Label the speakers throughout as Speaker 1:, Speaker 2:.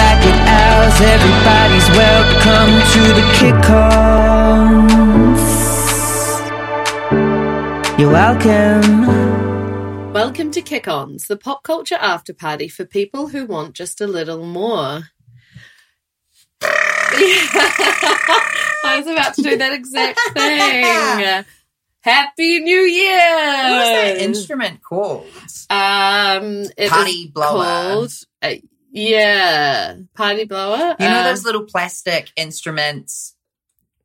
Speaker 1: back at ours, everybody's welcome to the kick-offs. You're welcome.
Speaker 2: Welcome to Kick Ons, the pop culture after party for people who want just a little more. I was about to do that exact thing. Happy New
Speaker 3: What was that
Speaker 2: Year!
Speaker 3: instrument called?
Speaker 2: Um, it is
Speaker 3: Party blower.
Speaker 2: Called, uh, yeah, party blower.
Speaker 3: You know
Speaker 2: Uh,
Speaker 3: those little plastic instruments?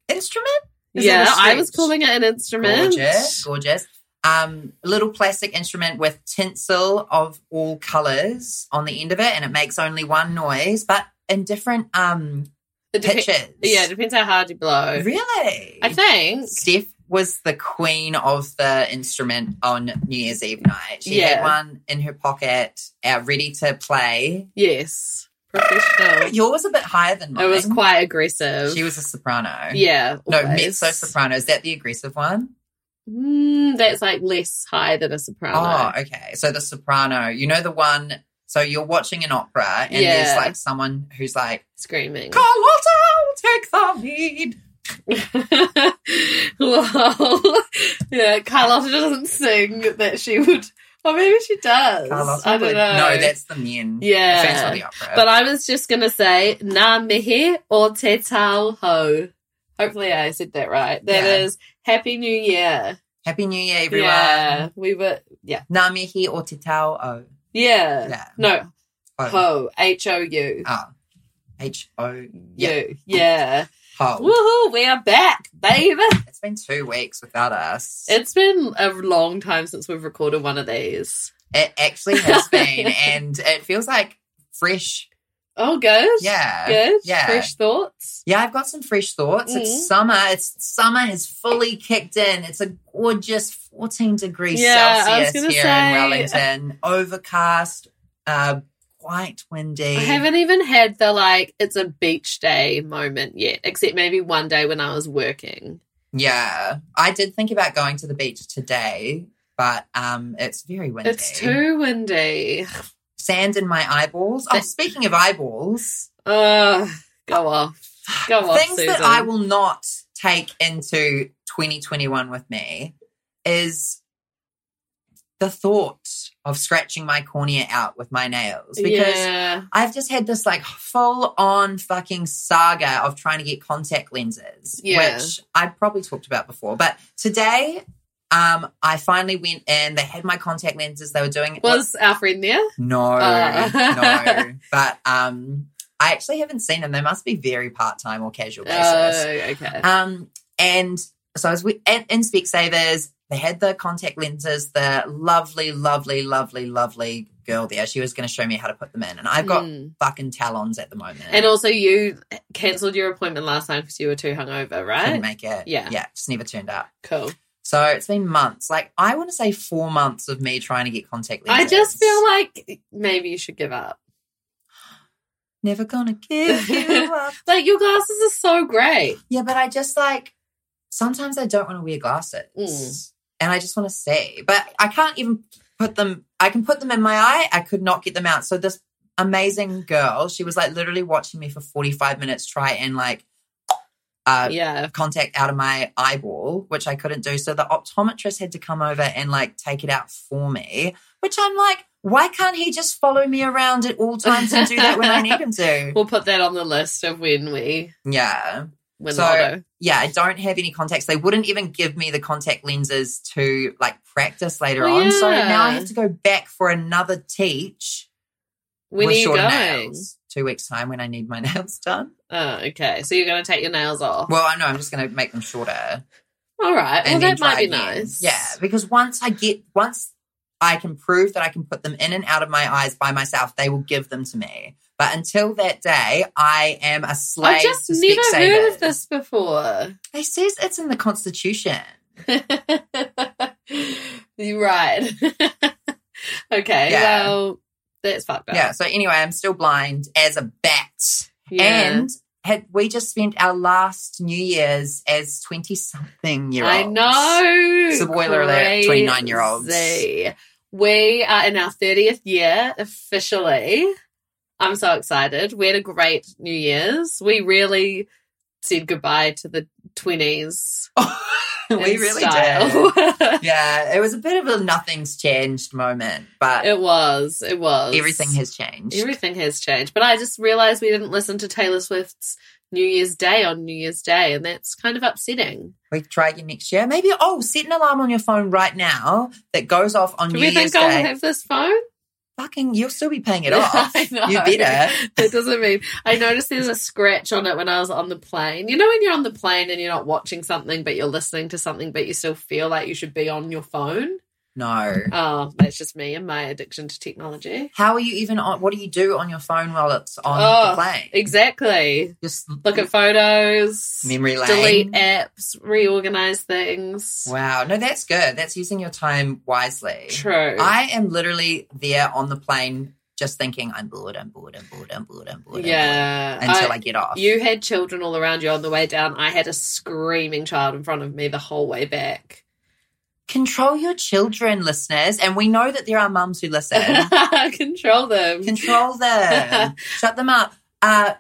Speaker 3: Instrument? Is it
Speaker 2: yeah,
Speaker 3: a
Speaker 2: I was
Speaker 3: stretch?
Speaker 2: calling it an instrument.
Speaker 3: Gorgeous, gorgeous. Um, little plastic instrument with tinsel of all colors on the end of it, and it makes only one noise, but in different um
Speaker 2: It depe-
Speaker 3: pitches.
Speaker 2: Yeah, it depends how hard you blow.
Speaker 3: really.
Speaker 2: I think.
Speaker 3: Steph was the queen of the instrument on New Year's Eve night. She had
Speaker 2: Yeah.
Speaker 3: one in her pocket, uh, ready to play.
Speaker 2: Yes. Professional.
Speaker 3: Yours was a bit higher than mine.
Speaker 2: It was quite aggressive.
Speaker 3: She was a soprano.
Speaker 2: Yeah.
Speaker 3: No,
Speaker 2: always.
Speaker 3: mezzo soprano. Is that the aggressive one?
Speaker 2: Mm, that's like less high than a soprano.
Speaker 3: Oh, okay. So the soprano, you know the one. So you're watching an opera, and
Speaker 2: Yeah.
Speaker 3: there's like someone who's like,
Speaker 2: Screaming.
Speaker 3: "Carlotta, take the lead."
Speaker 2: Lol. yeah, Carlotta doesn't sing that she would. Or maybe she does.
Speaker 3: Carlotta
Speaker 2: I don't
Speaker 3: would-
Speaker 2: know.
Speaker 3: No, that's the men.
Speaker 2: Yeah.
Speaker 3: the fans of the opera.
Speaker 2: But I was just gonna say na mihi or te tau ho. Hopefully, I said that right. That is
Speaker 3: Yeah.
Speaker 2: Happy New Year.
Speaker 3: Happy New Year, everyone.
Speaker 2: Yeah, we were. Yeah,
Speaker 3: Namihi or te tau o.
Speaker 2: yeah.
Speaker 3: Yeah.
Speaker 2: No,
Speaker 3: O.
Speaker 2: ho, H O U,
Speaker 3: Oh. H O yeah.
Speaker 2: U. Yeah.
Speaker 3: Ho.
Speaker 2: Woohoo! We are back, baby.
Speaker 3: It's been two weeks without us. It,
Speaker 2: It's been a long time since we've recorded one of these.
Speaker 3: actually has been, and it feels like fresh.
Speaker 2: Oh, good.
Speaker 3: Yeah.
Speaker 2: Good.
Speaker 3: Yeah.
Speaker 2: Fresh thoughts.
Speaker 3: Yeah, I've got some fresh thoughts.
Speaker 2: Mhm.
Speaker 3: It's summer. It's summer has fully kicked in. It's a gorgeous 14 degrees
Speaker 2: Yeah, I was
Speaker 3: Celsius
Speaker 2: gonna
Speaker 3: here
Speaker 2: say-
Speaker 3: in Wellington. Overcast, uh, quite windy.
Speaker 2: I haven't even had the like it's a beach day moment yet, except maybe one day when I was working.
Speaker 3: Yeah, I did think about going to the beach today, but um, it's very windy.
Speaker 2: It's too windy.
Speaker 3: sand in my eyeballs. Oh, speaking of eyeballs,
Speaker 2: Ugh, go off. Go off,
Speaker 3: things
Speaker 2: Susan.
Speaker 3: that I will not take into 2021 with me is the thought of scratching my cornea out with my nails because
Speaker 2: yeah.
Speaker 3: I've just had this like full on fucking saga of trying to get contact lenses,
Speaker 2: Yeah.
Speaker 3: which I probably talked about before. But today, um, I finally went in. They had my contact lenses. They were doing
Speaker 2: was our friend there?
Speaker 3: no,
Speaker 2: Uh.
Speaker 3: no. But um, I actually haven't seen them. They must be very part time or casual basis.
Speaker 2: Oh, okay.
Speaker 3: Um, and so I was with, at, in Specsavers. They had the contact lenses. The lovely, lovely, lovely, lovely girl there. She was going to show me how to put them in, and I've got
Speaker 2: Mm.
Speaker 3: fucking talons at the moment.
Speaker 2: And also, you cancelled your appointment last time because you were too hungover,
Speaker 3: couldn't
Speaker 2: right?
Speaker 3: make it.
Speaker 2: Yeah.
Speaker 3: yeah, just never turned up.
Speaker 2: Cool.
Speaker 3: So it's been months. Like I want to say four months of me trying to get contact
Speaker 2: I
Speaker 3: lenses.
Speaker 2: just feel like maybe you should give up.
Speaker 3: never gonna give you up.
Speaker 2: Like your glasses are so great.
Speaker 3: Yeah, but I just like sometimes I don't want to wear glasses
Speaker 2: Mm.
Speaker 3: and I just want to see, but I can't even put them. I can put them in my eye. I could not get them out. So this amazing girl, she was like literally watching me for 45 minutes try and like uh,
Speaker 2: Yeah.
Speaker 3: contact out of my eyeball, which I couldn't do. So the optometrist had to come over and like take it out for me, which I'm like, why can't he just follow me around at all times and do that when I need him to?
Speaker 2: We'll put that on the list of when we
Speaker 3: Yeah.
Speaker 2: win
Speaker 3: So-
Speaker 2: lotto.
Speaker 3: yeah, I don't have any contacts. They wouldn't even give me the contact lenses to like practice later
Speaker 2: Oh,
Speaker 3: on. So
Speaker 2: yeah.
Speaker 3: now I have to go back for another teach
Speaker 2: When are
Speaker 3: with
Speaker 2: you
Speaker 3: shorter
Speaker 2: going?
Speaker 3: nails. Two weeks time when I need my nails done.
Speaker 2: Oh, okay. So you're going to take your nails off.
Speaker 3: Well, I know I'm just going to make them shorter.
Speaker 2: All right. Well,
Speaker 3: and then
Speaker 2: that might
Speaker 3: try
Speaker 2: be
Speaker 3: again.
Speaker 2: nice.
Speaker 3: Yeah, because once I get once I can prove that I can put them in and out of my eyes by myself, they will give them to me. But until that day, I am a slave.
Speaker 2: I just
Speaker 3: to
Speaker 2: never
Speaker 3: Specsavers.
Speaker 2: heard of this before.
Speaker 3: It says it's in the Constitution.
Speaker 2: You're right. okay,
Speaker 3: Yeah.
Speaker 2: well, that's fucked up.
Speaker 3: Yeah. So anyway, I'm still blind as a bat.
Speaker 2: Yeah.
Speaker 3: And had we just spent our last New Year's as twenty something year olds?
Speaker 2: I know.
Speaker 3: Spoiler alert, 29-year-olds.
Speaker 2: Crazy. We are in our 30th year officially. I'm so excited. We had a great New Year's. We really said goodbye to the 20s.
Speaker 3: we
Speaker 2: in
Speaker 3: really did.
Speaker 2: style.
Speaker 3: Yeah, it was a bit of a nothing's changed moment, but
Speaker 2: it was. It was.
Speaker 3: everything has changed.
Speaker 2: Everything has changed. But I just realized we didn't listen to Taylor Swift's New Year's Day on New Year's Day, and that's kind of upsetting.
Speaker 3: we try again next year. Maybe oh, set an alarm on your phone right now that goes off on
Speaker 2: Do
Speaker 3: New
Speaker 2: we
Speaker 3: Year's
Speaker 2: think I'll
Speaker 3: Day.
Speaker 2: have this phone?
Speaker 3: Fucking, you'll still be paying it off.
Speaker 2: I know.
Speaker 3: You better.
Speaker 2: That doesn't mean I noticed there's a scratch on it when I was on the plane. You know when you're on the plane and you're not watching something but you're listening to something but you still feel like you should be on your phone?
Speaker 3: No.
Speaker 2: Oh, that's just me and my addiction to technology.
Speaker 3: How are you even on? What do you do on your phone while it's on
Speaker 2: Oh,
Speaker 3: the plane?
Speaker 2: Exactly.
Speaker 3: Just
Speaker 2: Look at photos,
Speaker 3: memory lane.
Speaker 2: delete apps, reorganize things.
Speaker 3: Wow. No, that's good. That's using your time wisely.
Speaker 2: True.
Speaker 3: I am literally there on the plane just thinking, I'm bored, I'm bored, I'm bored, I'm bored, I'm bored. I'm
Speaker 2: yeah.
Speaker 3: bored," until
Speaker 2: I-
Speaker 3: I, get off.
Speaker 2: you had children all around you on the way down. I had a screaming child in front of me the whole way back.
Speaker 3: Control your children, listeners. And we know that there are mums who listen.
Speaker 2: Control them.
Speaker 3: Control them. Shut them up. Uh,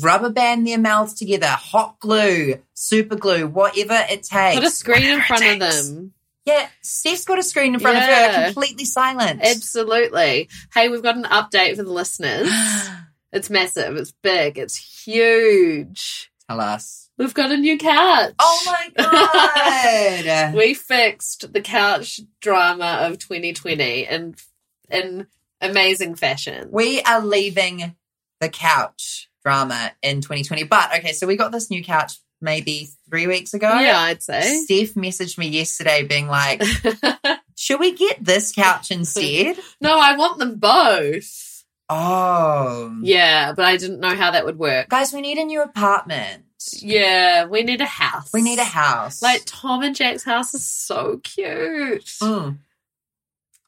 Speaker 3: rubber band their mouths together, hot glue, super glue, whatever it takes.
Speaker 2: Put a screen in
Speaker 3: Whatever it
Speaker 2: front of
Speaker 3: takes.
Speaker 2: them.
Speaker 3: Yeah, Steph's got a screen in front of her,
Speaker 2: Yeah.
Speaker 3: completely silent.
Speaker 2: Absolutely. Hey, we've got an update for the listeners. It's massive. It's big. It's huge.
Speaker 3: Tell us.
Speaker 2: We've got a new couch.
Speaker 3: Oh my god.
Speaker 2: We fixed the couch drama of 2020 in in amazing fashion.
Speaker 3: we are leaving the couch drama in 2020. But okay, so we got this new couch maybe three weeks ago.
Speaker 2: yeah, I'd say.
Speaker 3: Steph messaged me yesterday being like, should we get this couch instead?
Speaker 2: no, I want them both.
Speaker 3: Oh.
Speaker 2: Yeah, but I didn't know how that would work.
Speaker 3: Guys, we need a new apartment.
Speaker 2: Yeah, we need a house.
Speaker 3: We need a house.
Speaker 2: Like Tom and Jack's house is so cute.
Speaker 3: Mm.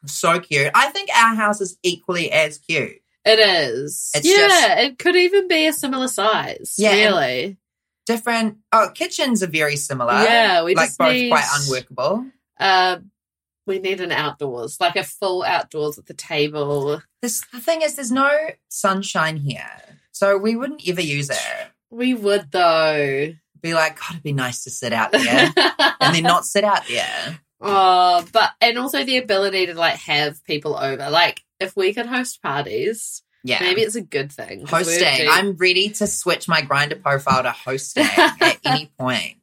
Speaker 3: so cute. I think our house is equally as cute.
Speaker 2: It is.
Speaker 3: It's
Speaker 2: yeah,
Speaker 3: just-
Speaker 2: it could even be a similar size.
Speaker 3: Yeah, and-
Speaker 2: really.
Speaker 3: Different. Oh, kitchens are very similar.
Speaker 2: Yeah, we
Speaker 3: like
Speaker 2: just
Speaker 3: both
Speaker 2: need-
Speaker 3: quite unworkable.
Speaker 2: Uh, we need an outdoors, like a full outdoors with a table.
Speaker 3: This the thing is, there's no sunshine here, so we wouldn't ever use it.
Speaker 2: We would though.
Speaker 3: Be like, God, it'd be nice to sit out there, and then not sit out there.
Speaker 2: oh, but and also the ability to like have people over. Like if we could host parties,
Speaker 3: Yeah,
Speaker 2: maybe it's a good thing. 'cause we're
Speaker 3: hosting.
Speaker 2: due-
Speaker 3: I'm ready to switch my grinder profile to hosting at any point.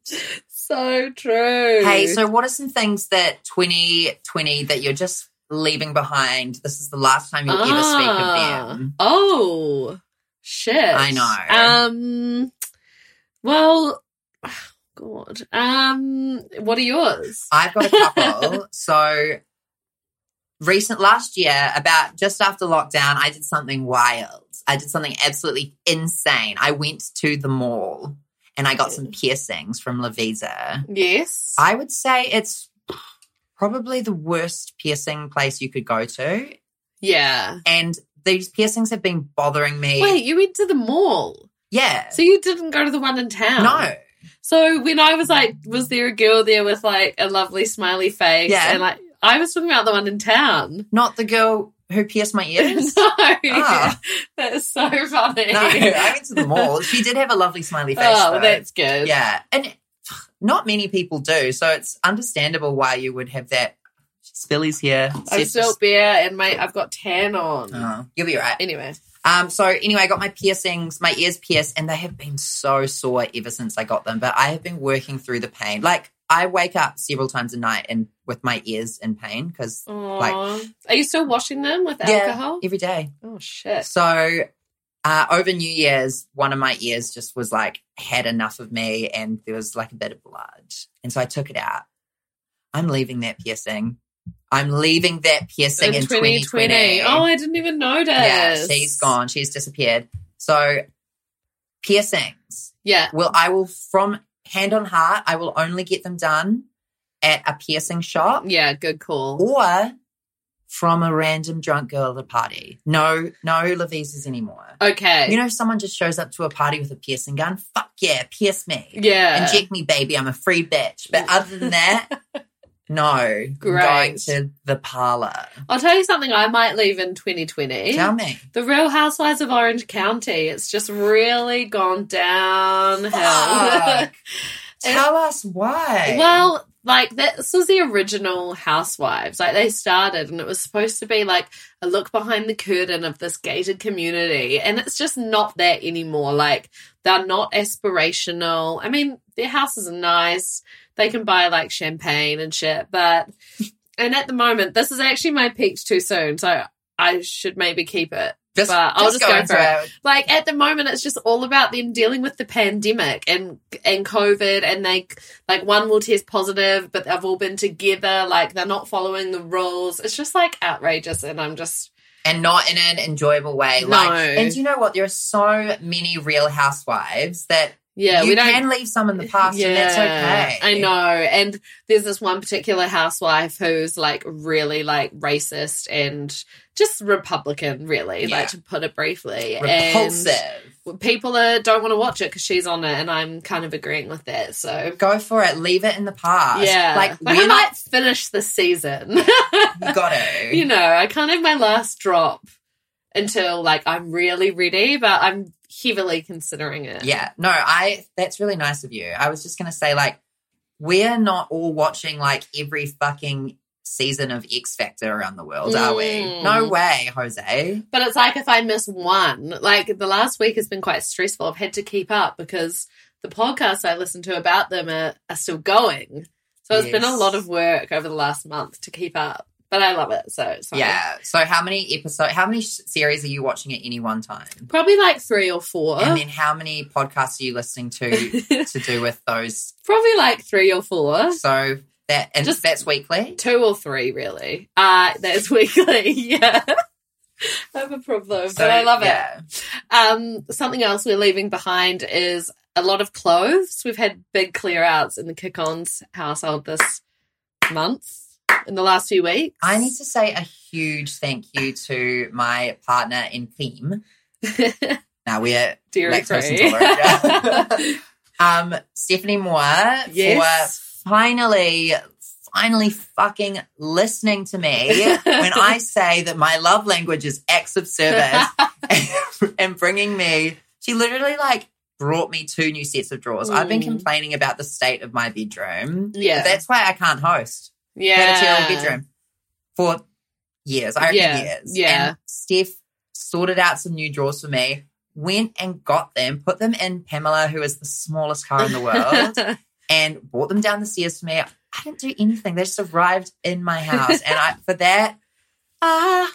Speaker 2: so true.
Speaker 3: Hey, so what are some things that 2020 that you're just leaving behind? This is the last time you'll ever
Speaker 2: Ah.
Speaker 3: speak of them.
Speaker 2: Oh shit!
Speaker 3: I know.
Speaker 2: Um. Well, God. Um. What are yours?
Speaker 3: I've got a couple. so recent last year, about just after lockdown, I did something wild. I did something absolutely insane. I went to the mall and I got some piercings from Lavisa.
Speaker 2: yes.
Speaker 3: I would say it's probably the worst piercing place you could go to.
Speaker 2: yeah.
Speaker 3: And these piercings have been bothering me.
Speaker 2: Wait, you went to the mall,
Speaker 3: yeah.
Speaker 2: so you didn't go to the one in town.
Speaker 3: no.
Speaker 2: So when I was like, was there a girl there with like a lovely smiley face?
Speaker 3: Yeah.
Speaker 2: And like, I was talking about the one in town.
Speaker 3: Not the girl who pierced my ears.
Speaker 2: no.
Speaker 3: Ah.
Speaker 2: That is so funny.
Speaker 3: No, I went to the mall. She did have a lovely smiley face.
Speaker 2: oh,
Speaker 3: though.
Speaker 2: that's good.
Speaker 3: yeah, and not many people do, so it's understandable why you would have that. Spilly's here.
Speaker 2: I
Speaker 3: Sis-
Speaker 2: spilled beer and my I've got tan on.
Speaker 3: Oh, you'll be right.
Speaker 2: Anyway.
Speaker 3: Um, so anyway, I got my piercings, my ears pierced, and they have been so sore ever since I got them. But I have been working through the pain. Like I wake up several times a night and with my ears in pain because
Speaker 2: Aw. are you still washing them with
Speaker 3: Yeah.
Speaker 2: alcohol?
Speaker 3: every day.
Speaker 2: Oh shit!
Speaker 3: So uh, over New Year's, one of my ears just was like had enough of me, and there was like a bit of blood, and so I took it out. I'm leaving that piercing. I'm leaving that piercing in, 2020.
Speaker 2: Oh, I didn't even notice.
Speaker 3: yeah, she's gone. She's disappeared. So piercings.
Speaker 2: Yeah.
Speaker 3: Well, I will from hand on heart, I will only get them done at a piercing shop
Speaker 2: Yeah, good call.
Speaker 3: or from a random drunk girl at a party. No, no Levises anymore.
Speaker 2: Okay.
Speaker 3: You know, if someone just shows up to a party with a piercing gun, fuck yeah, pierce me.
Speaker 2: yeah.
Speaker 3: Inject me, baby. I'm a free bitch. But other than that, no. I'm Going
Speaker 2: Great.
Speaker 3: to the parlor.
Speaker 2: I'll tell you something I might leave in 2020.
Speaker 3: Tell me.
Speaker 2: The Real Housewives of Orange County. It's just really gone downhill.
Speaker 3: Fuck. Tell us why.
Speaker 2: Well, like this was the original Housewives. Like they started, and it was supposed to be like a look behind the curtain of this gated community, and it's just not that anymore. Like they're not aspirational. I mean, their houses are nice. They can buy like champagne and shit, but and at the moment, this is actually my peaked too soon. So I should maybe keep it.
Speaker 3: just,
Speaker 2: but I'll just go
Speaker 3: into
Speaker 2: for
Speaker 3: it.
Speaker 2: like at the moment it's just all about them dealing with the pandemic and and covid and they like one will test positive but they've all been together like they're not following the rules it's just like outrageous and i'm just
Speaker 3: And not in an enjoyable way. Like,
Speaker 2: No.
Speaker 3: and you know what? There are so many real housewives that
Speaker 2: yeah
Speaker 3: you
Speaker 2: we don't
Speaker 3: can leave some in the past and that's okay.
Speaker 2: I know. And there's this one particular housewife who's like really like racist and just Republican, really,
Speaker 3: Yeah.
Speaker 2: like to put it briefly. And-
Speaker 3: Repulsive.
Speaker 2: people are, don't want to watch it because she's on it, and I'm kind of agreeing with that. So
Speaker 3: Go for it. Leave it in the past.
Speaker 2: yeah,
Speaker 3: Like,
Speaker 2: like
Speaker 3: when
Speaker 2: I might finish the season.
Speaker 3: you got to.
Speaker 2: you know, I can't have my last drop until like I'm really ready, but I'm heavily considering it.
Speaker 3: Yeah. No, I that's really nice of you. I was just gonna say, like, we're not all watching like every fucking season of X Factor around the world, are we?
Speaker 2: Mm.
Speaker 3: No way, Jose.
Speaker 2: But it's like if I miss one, like the last week has been quite stressful. I've had to keep up because the podcasts I listen to about them are, are still going. So it's been a
Speaker 3: Yes.
Speaker 2: lot of work over the last month to keep up. But I love it, so it's fine.
Speaker 3: Yeah. So how many episode how many sh- series are you watching at any one time?
Speaker 2: Probably like three or four.
Speaker 3: And then how many podcasts are you listening to to do with those?
Speaker 2: Probably like three or four.
Speaker 3: So that and
Speaker 2: Oh. Just-
Speaker 3: that's weekly?
Speaker 2: Two or three, really. Uh, that's weekly. Yeah. I have a problem,
Speaker 3: So,
Speaker 2: Oh, but I love
Speaker 3: yeah.
Speaker 2: it. Um, something else we're leaving behind is a lot of clothes. We've had big clear outs in the kick ons household this month, in the last few weeks.
Speaker 3: I need to say a huge thank you to my partner in theme. Now we're
Speaker 2: Dairy
Speaker 3: Lactose
Speaker 2: free.
Speaker 3: intolerant, yeah. um, Stephanie Moore
Speaker 2: Yes.
Speaker 3: for finally, finally fucking listening to me when I say that my love language is acts of service and bringing me. She literally like brought me two new sets of drawers. I've been
Speaker 2: Mm.
Speaker 3: complaining about the state of my bedroom.
Speaker 2: yeah.
Speaker 3: That's why I can't host
Speaker 2: yeah.
Speaker 3: Mediterranean bedroom for years. I reckon
Speaker 2: Yeah,
Speaker 3: years.
Speaker 2: yeah.
Speaker 3: And Steph sorted out some new drawers for me, went and got them, put them in Pamela, who is the smallest car in the world, and brought them down the stairs for me. I didn't do anything. They just arrived in my house. and I for that, I,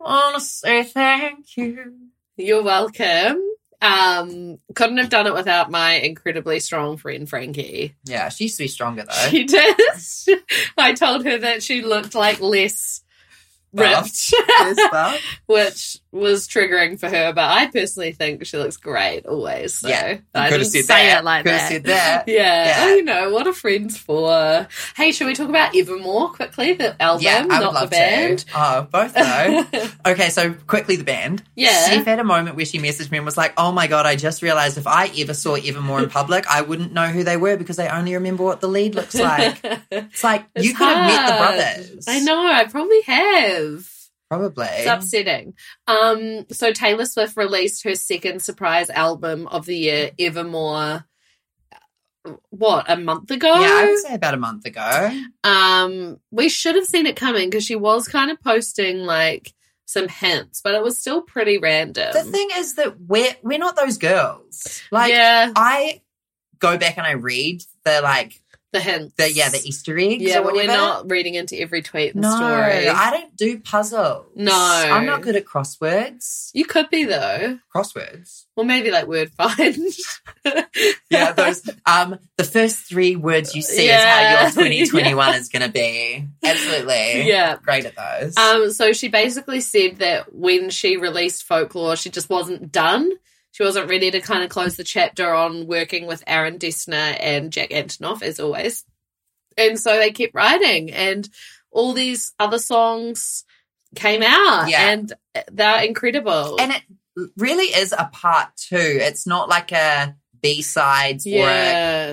Speaker 3: wanna say thank you.
Speaker 2: You're welcome. Um, couldn't have done it without my incredibly strong friend Frankie.
Speaker 3: Yeah, she used to be stronger though.
Speaker 2: She did. I told her that she looked like less ripped,
Speaker 3: Uh-huh.
Speaker 2: which was triggering for her. But I personally think she looks great always. So
Speaker 3: Yeah,
Speaker 2: I
Speaker 3: could've said
Speaker 2: didn't say
Speaker 3: that.
Speaker 2: it like
Speaker 3: Could've
Speaker 2: that.
Speaker 3: said that.
Speaker 2: Yeah.
Speaker 3: Yeah.
Speaker 2: Oh, you know what a friend's for. Hey, should we talk about Evermore quickly? The album,
Speaker 3: yeah, I would
Speaker 2: not
Speaker 3: love
Speaker 2: the band.
Speaker 3: to. Oh, both though. Okay, so quickly the band.
Speaker 2: Yeah.
Speaker 3: Steph had a moment where she messaged me and was like, Oh my God, I just realized if I ever saw Evermore in public, I wouldn't know who they were because I only remember what the lead looks like. It's like,
Speaker 2: It's
Speaker 3: you could have met the
Speaker 2: hard.
Speaker 3: brothers.
Speaker 2: I know. I probably have.
Speaker 3: Probably.
Speaker 2: It's upsetting. Um, so Taylor Swift released her second surprise album of the year, Evermore. What a month ago.
Speaker 3: Yeah, I would say about a month ago.
Speaker 2: Um, we should have seen it coming because she was kind of posting like some hints, but it was still pretty random.
Speaker 3: The thing is that we're we're not those girls. Like
Speaker 2: Um, yeah,
Speaker 3: I go back and I read the like
Speaker 2: The hints.
Speaker 3: The yeah, the Easter eggs.
Speaker 2: Yeah,
Speaker 3: or
Speaker 2: but we're
Speaker 3: whatever.
Speaker 2: not reading into every tweet and
Speaker 3: No,
Speaker 2: story.
Speaker 3: I don't do puzzles.
Speaker 2: No.
Speaker 3: I'm not good at crosswords.
Speaker 2: you could be though.
Speaker 3: Crosswords.
Speaker 2: Well, maybe like word find.
Speaker 3: Yeah, those. um, the first three words you see
Speaker 2: Yeah.
Speaker 3: is how your 2021 is going to be. Absolutely.
Speaker 2: Yeah.
Speaker 3: Great at those.
Speaker 2: Um, so she basically said that when she released folklore, she just wasn't done. She wasn't ready to kind of close the chapter on working with Aaron Dessner and Jack Antonoff, as always. And so they kept writing, and all these other songs came out,
Speaker 3: Yeah.
Speaker 2: and they're incredible.
Speaker 3: and it really is a part two. It's not like a B sides
Speaker 2: yeah,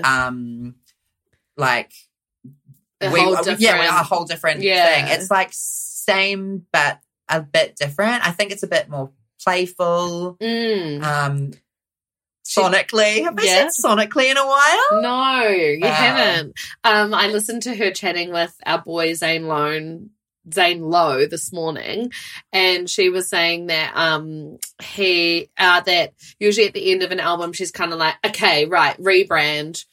Speaker 3: or a, um, like
Speaker 2: a
Speaker 3: we-
Speaker 2: whole
Speaker 3: uh,
Speaker 2: different.
Speaker 3: yeah, we are a whole different
Speaker 2: Yeah.
Speaker 3: thing. It's like same but a bit different. I think it's a bit more playful.
Speaker 2: Mm.
Speaker 3: Um,
Speaker 2: She-
Speaker 3: sonically, have I said
Speaker 2: Yeah.
Speaker 3: sonically in a while?
Speaker 2: No, you
Speaker 3: Wow.
Speaker 2: haven't. Um, I listened to her chatting with our boy Zane Lone, Zane Lowe this morning, and she was saying that um he uh that usually at the end of an album she's kind of like, okay, right, rebrand.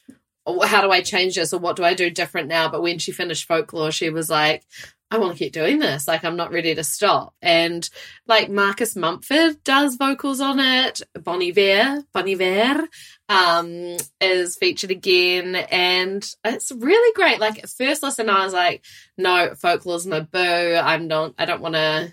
Speaker 2: How do I change this, or what do I do different now? But when she finished folklore, she was like. I want to keep doing this. Like, I'm not ready to stop. And like Marcus Mumford does vocals on it. Bon Iver, Bon Iver um, is featured again, and it's really great. Like at first listen, I was like, "No, folklore's my boo. I'm not. I don't want to."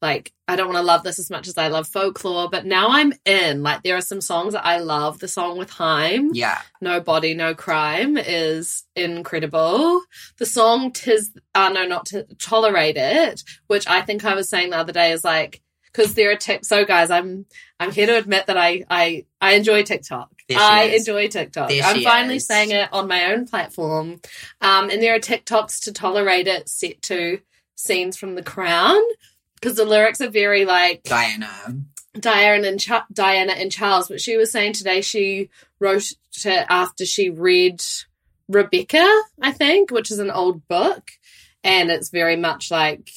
Speaker 2: Like I don't want to love this as much as I love folklore, but now I'm in. Like there are some songs that I love. The song with Heim,
Speaker 3: Yeah,
Speaker 2: "No Body, No Crime," is incredible. The song "Tis," uh, no, not to tolerate it, which I think I was saying the other day is like because there are tech. So guys, I'm I'm here to admit that I I I enjoy TikTok.
Speaker 3: There she
Speaker 2: I
Speaker 3: is.
Speaker 2: enjoy TikTok.
Speaker 3: There
Speaker 2: I'm
Speaker 3: she
Speaker 2: finally
Speaker 3: is.
Speaker 2: saying it on my own platform, um, and there are TikToks to tolerate it set to scenes from The Crown because the lyrics are very like
Speaker 3: Diana.
Speaker 2: Diana and Cha- Diana and Charles, but she was saying today she wrote it after she read Rebecca, I think, which is an old book, and it's very much like